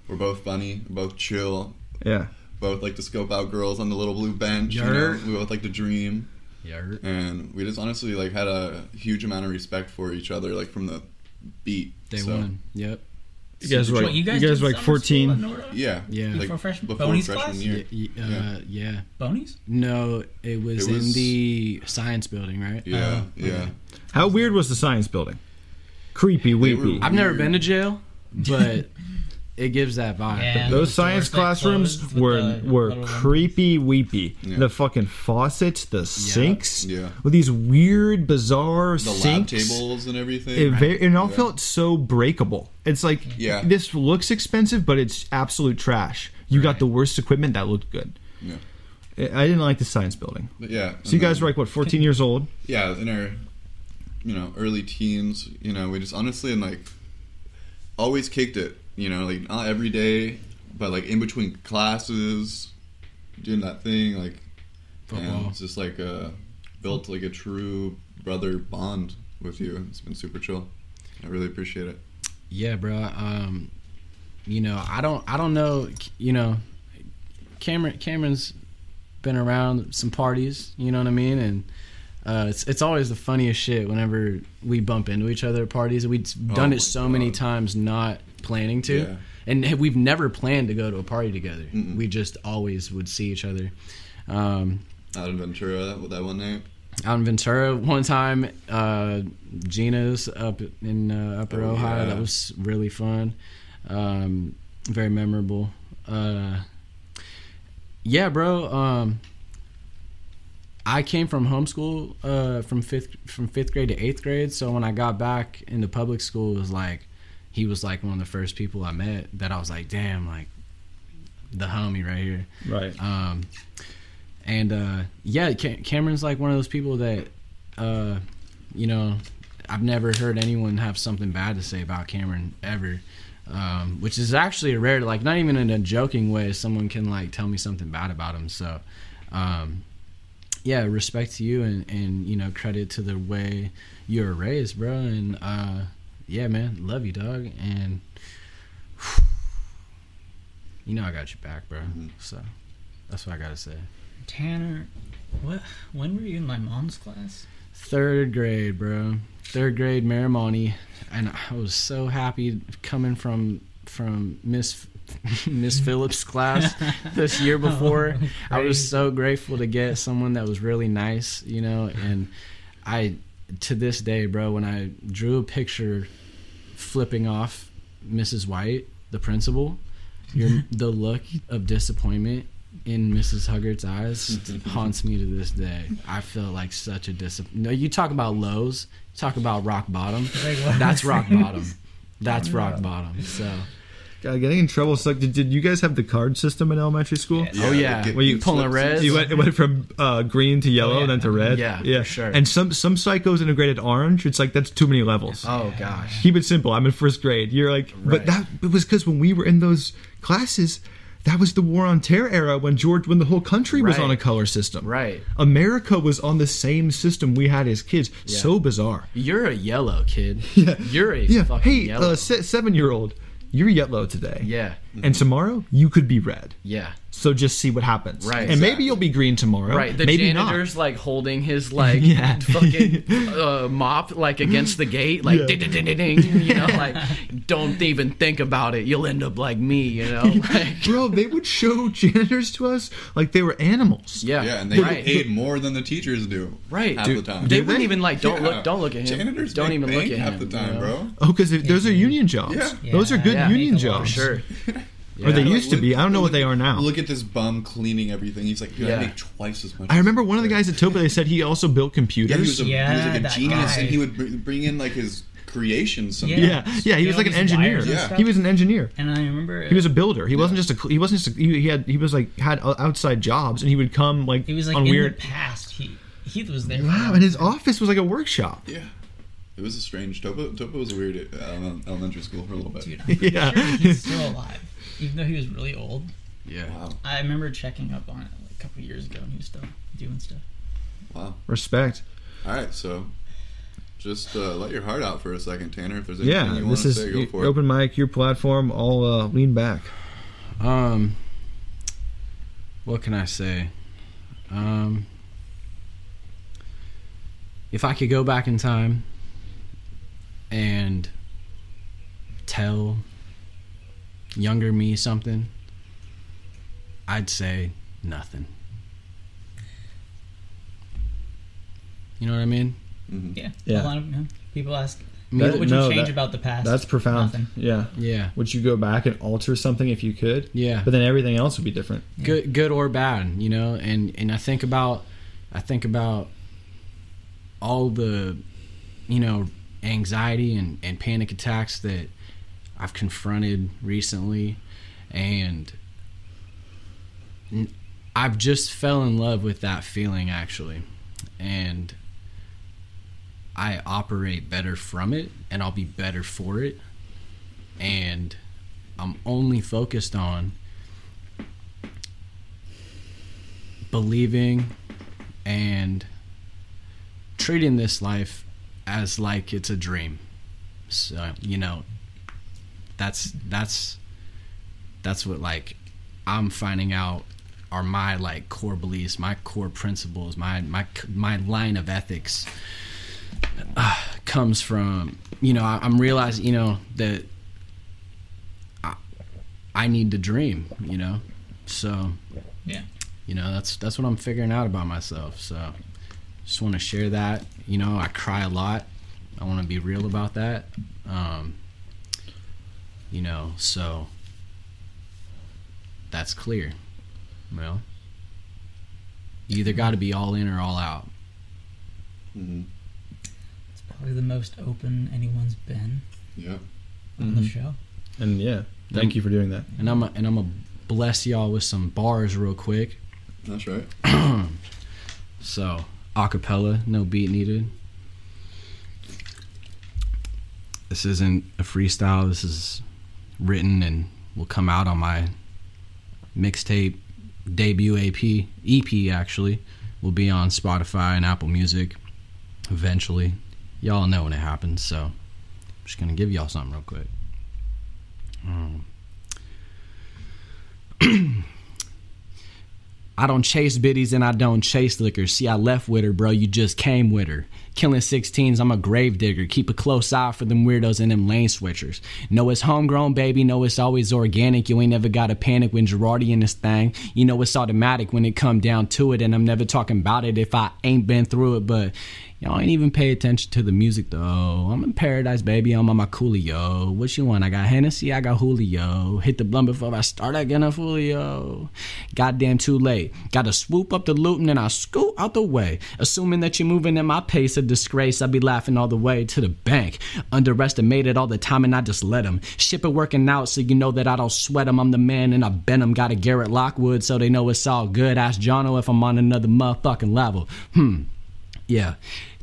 We're both funny, we're both chill,
Yeah.
both like to scope out girls on the little blue bench. You know?
Yer.
We both like to dream,
Yeah.
and we just honestly like had a huge amount of respect for each other, like from the beat.
They
So,
won. Yep.
You guys were
Wait,
like, you guys
did
were like
summer school
14.
at Norwell?
Yeah,
Yeah.
like,
Before freshman-
before
Boney's
freshman
class?
year.
Y- y- uh, yeah.
Bonies?
No, it was,
It was-
in the science building, right?
Yeah,
Uh,
yeah.
How weird was the science building? Creepy,
They
weepy.
were-
I've never
Weird.
been to jail, but it gives that vibe.
Yeah.
Those
Those
science
doors that
classrooms
closed with
were
the
were
little-
creepy, weepy.
Yeah.
The fucking faucets, the sinks,
Yeah.
with these weird, bizarre
the lab
sinks.
tables and everything.
It, ve- it all
Yeah.
felt so breakable. It's like
Yeah.
this looks expensive, but it's absolute trash. You got the worst equipment that looked good.
Yeah.
I I didn't like the science building.
But yeah.
So you guys were like what, 14 years old?
yeah in our you know early teens. You know we just honestly and like always kicked it. You know like not every day, but like in between classes, doing that thing like and
Football.
it's just like uh built like a true brother bond with you. It's been super chill. I really appreciate it.
Yeah, bro. Um, you know, I don't, I don't know. You know, Cameron, Cameron's been around some parties. You know what I mean? And uh, it's it's always the funniest shit whenever we bump into each other at parties. We've done
Oh my
it so many
God.
times, not planning to.
Yeah.
And we've never planned to go to a party together. We just always would see each other. Um,
Out in Ventura that, that one night.
out in Ventura one time. Uh, Gina's up in uh, Upper
Oh,
Ohio.
yeah.
That was really fun. Um, very memorable. Uh, yeah, bro. Um, I came from homeschool uh, from fifth from fifth grade to eighth grade. So when I got back into public school, it was like he was like one of the first people I met that I was like, damn, like the homie right here.
Right.
Um, and uh, yeah, Ca- Cameron's like one of those people that, uh, you know, I've never heard anyone have something bad to say about Cameron ever, um, which is actually rare. Like, not even in a joking way, someone can like tell me something bad about him. So, um, yeah, respect to you and and you know credit to the way you were raised, bro. And uh, yeah, man, love you, dog. And you know I got your back, bro. So. That's what I gotta say.
Tanner, what? When were you in my mom's class?
Third grade, bro. Third grade, Marimoni, and I was so happy coming from from Miss Miss Phillips' class this year before. I was so grateful to get someone that was really nice, you know. And I, to this day, bro, when I drew a picture, flipping off Mrs. White, the principal, your the look of disappointment in Mrs. Huggart's eyes haunts me to this day. I feel like such a disappointment. No, you talk about lows, talk about rock bottom.
what?
That's rock bottom. That's rock bottom. So,
God, Uh, getting in trouble sucked. Did, did you guys have the card system in elementary school?
Yes.
oh yeah,
get
Were you
pulling a
slips.
res?
You went, it went from uh, green to yellow,
Oh, yeah.
then to red.
Yeah, for sure.
And some some psychos integrated orange. It's like that's too many levels.
oh gosh.
Keep it simple. I'm in first grade. You're like, but
Right.
that it was because when we were in those classes, that was the War on Terror era when George, when the whole country was
Right.
on a color system.
Right.
America was on the same system we had as kids. So bizarre.
You're a yellow kid.
Yeah.
You're a
Yeah.
fucking
Hey,
yellow.
uh, se- seven year old, you're yellow today.
yeah.
And tomorrow you could be red.
Yeah.
So just see what happens.
Right.
And maybe you'll be green tomorrow.
Right, the
Oh, maybe not.
janitor's like holding his like
Yeah.
fucking uh, mop like against the gate, like
Yeah.
ding ding ding ding, ding, you know, like don't even think about it. You'll end up like me, you know. Like,
Bro, they would show janitors to us like they were animals.
yeah,
Yeah, and they
right,
get paid more than the teachers do.
right.
half
Dude,
the time.
They
Do
wouldn't
they?
even like don't
Yeah.
look don't look at him.
Janitors
don't
make
even
bank
look at
half
him
the time,
you know?
bro.
Oh, because those are union jobs.
Yeah.
Those are good
Yeah.
union
Make a lot of
jobs.
Sure.
Or they
Yeah.
used to be. I don't know what they are now.
Look at this bum cleaning everything. He's like, dude,
Yeah.
I make twice as much.
I
as
remember
you."
one of the guys at Topa, they said he also built
Yeah, he was,
computers.
a, he was
Yeah,
like
that
a genius,
guy.
and he would br- bring in like his creations. Sometimes.
Yeah.
yeah. yeah, he
Yeah,
was like an
all these
engineer.
wires
and Yeah. stuff.
He was an engineer.
And I remember
He was a builder. He wasn't just a. cl- He wasn't just. A, he, he had. He was like had o- outside jobs, and he would come like,
It was like
on
in
weird.
the past. He he was there.
Wow, and his office was like a workshop.
Yeah. It was a strange. Topo, Topo was a weird uh, ele- elementary school for a little bit.
Dude, I'm pretty
Yeah.
sure he's still alive, even though he was really old.
Yeah.
Wow.
I remember checking up on it like a couple years ago, and he was still doing stuff.
Wow.
Respect.
All right, so just uh, let your heart out for a second, Tanner. If there's anything
Yeah,
you want
this
to
is
say, go
y-
for it.
open mic, your platform. I'll uh, lean back.
Um, what can I say? Um, if I could go back in time and tell younger me something, I'd say nothing. You know what I mean?
Mhm.
Yeah,
Yeah.
A lot of yeah, people ask,
That-
"What would
no,
you change
that-
about the past?"
That's profound.
Nothing.
Yeah.
Yeah.
Would you go back and alter something if you could?
Yeah.
But then everything else would be different.
good good or bad you know and and i think about i think about all the you know anxiety and and panic attacks that i've confronted recently and n- i've just fell in love with that feeling actually and i operate better from it and i'll be better for it and i'm only focused on believing and treating this life as like it's a dream. So, you know, that's that's that's what like I'm finding out are my like core beliefs, my core principles, my my my line of ethics uh, comes from, you know, I, I'm realizing, you know, that I, I need to dream, you know. So,
Yeah.
you know that's that's what i'm figuring out about myself so Just want to share that. You know, I cry a lot. I want to be real about that. Um, you know, so that's clear. Well, you either got to be all in or all out.
Mm-hmm.
It's probably the most open anyone's been
Yeah.
on
Mm-hmm.
the show.
And yeah,
Mm-hmm.
thank you for doing that.
And I'm a, and I'm a bless y'all with some bars real quick.
That's right.
So acapella, no beat needed. This isn't a freestyle. This is written and will come out on my mixtape debut AP EP. Actually, will be on Spotify and Apple Music eventually. Y'all know when it happens, so I'm just gonna give y'all something real quick. Um, I don't chase biddies and I don't chase liquor. See, I left with her, bro. You just came with her. Killing 16s, I'm a grave digger. Keep a close eye for them weirdos and them lane switchers. Know it's homegrown, baby. Know it's always organic. You ain't never gotta panic when Girardi in this thing. You know it's automatic when it come down to it. And I'm never talking about it if I ain't been through it. But y'all ain't even pay attention to the music though. I'm in paradise, baby. I'm on my coolio. What you want? I got Hennessy, I got Julio. Hit the blunt before I start again, a Julio. Goddamn too late. Gotta swoop up the loop and then I scoot out the way. Assuming that you're moving at my pace, a disgrace. I be laughing all the way to the bank. Underestimated all the time and I just let 'em. Ship it working out so you know that I don't sweat 'em. I'm the man and I bend 'em. Got a Garrett Lockwood so they know it's all good. Ask Jono if I'm on another motherfucking level. Hmm. Yeah.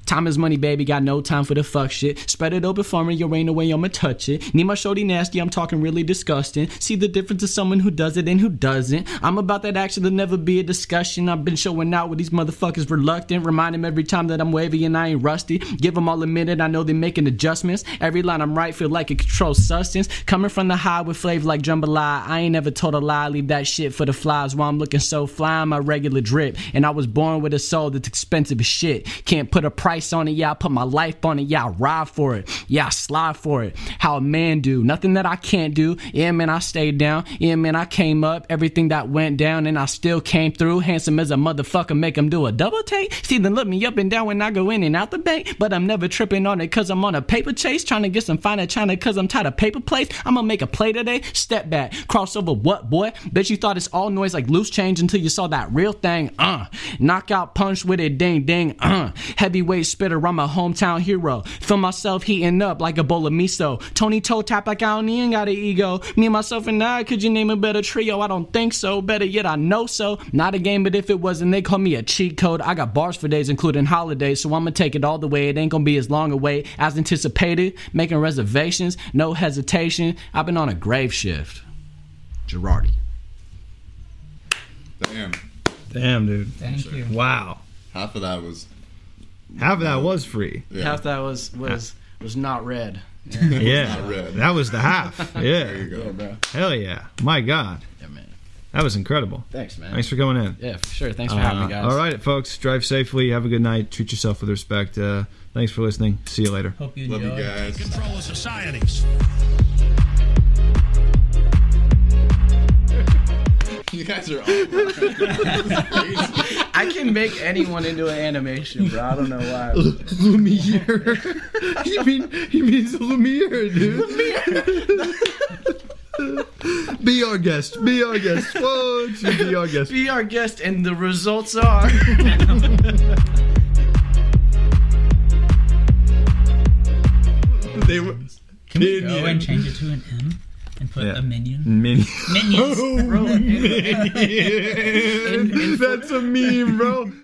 Time is money, baby. Got no time for the fuck shit. Spread it open for me. You ain't no way I'ma touch it. Need my shorty nasty. I'm talking really disgusting. See the difference of someone who does it and who doesn't. I'm about that action. There'll never be a discussion. I've been showing out with these motherfuckers reluctant. Remind them every time that I'm wavy and I ain't rusty. Give them all a minute. I know they making adjustments. Every line I'm right feel like a controlled substance. Coming from the high with flavor like jambalaya. I ain't never told a lie. Leave that shit for the flies. While I'm looking so fly, I'm my regular drip. And I was born with a soul that's expensive as shit. Can't put a price on it, yeah. I put my life on it, yeah. I ride for it, yeah. I slide for it. How a man do nothing that I can't do. Yeah, man, I stayed down. Yeah, man, I came up. Everything that went down, and I still came through. Handsome as a motherfucker, make him do a double take. See, then look me up and down when I go in and out the bank. But I'm never tripping on it, cause I'm on a paper chase. Trying to get some finer china, cause I'm tired of paper plates. I'ma make a play today. Step back, crossover. What boy? Bet you thought it's all noise like loose change until you saw that real thing. Uh, knockout punch with it, ding ding. Uh, heavyweight spitter. I'm a hometown hero. Feel myself heating up like a bowl of miso. Tony toe tap like I don't even got an ego. Me myself and I. Could you name a better trio? I don't think so. Better yet, I know so. Not a game, but if it wasn't, they call me a cheat code. I got bars for days, including holidays. So I'ma take it all the way. It ain't gonna be as long a wait as anticipated. Making reservations, no hesitation. I've been on a grave shift. Girardi.
Damn.
Damn, dude.
Thank you.
Wow.
Half of that was
Half of that was free.
yeah,
Half that was was was not red.
Yeah.
not red.
That was the half.
There
Yeah.
you go.
bro.
Hell yeah. My God.
Yeah, man.
That was incredible.
Thanks, man.
Thanks for coming in.
Yeah, for sure. Thanks for having me,
Uh,
guys.
All right, folks. Drive safely. Have a good night. Treat yourself with respect. Uh, thanks for listening. See you later.
Hope you
Love
enjoy.
you guys.
control of societies.
You guys are all
I can make anyone into an animation, bro. I don't know why.
Lumiere. you mean he means Lumiere, dude. be our guest. Be our guest. Won't you be our guest?
Be our guest, and the results are.
They were
Can we go and change it to an M and put
Yeah.
a minion?
mini. Oh,
Minions.
That's a meme, bro.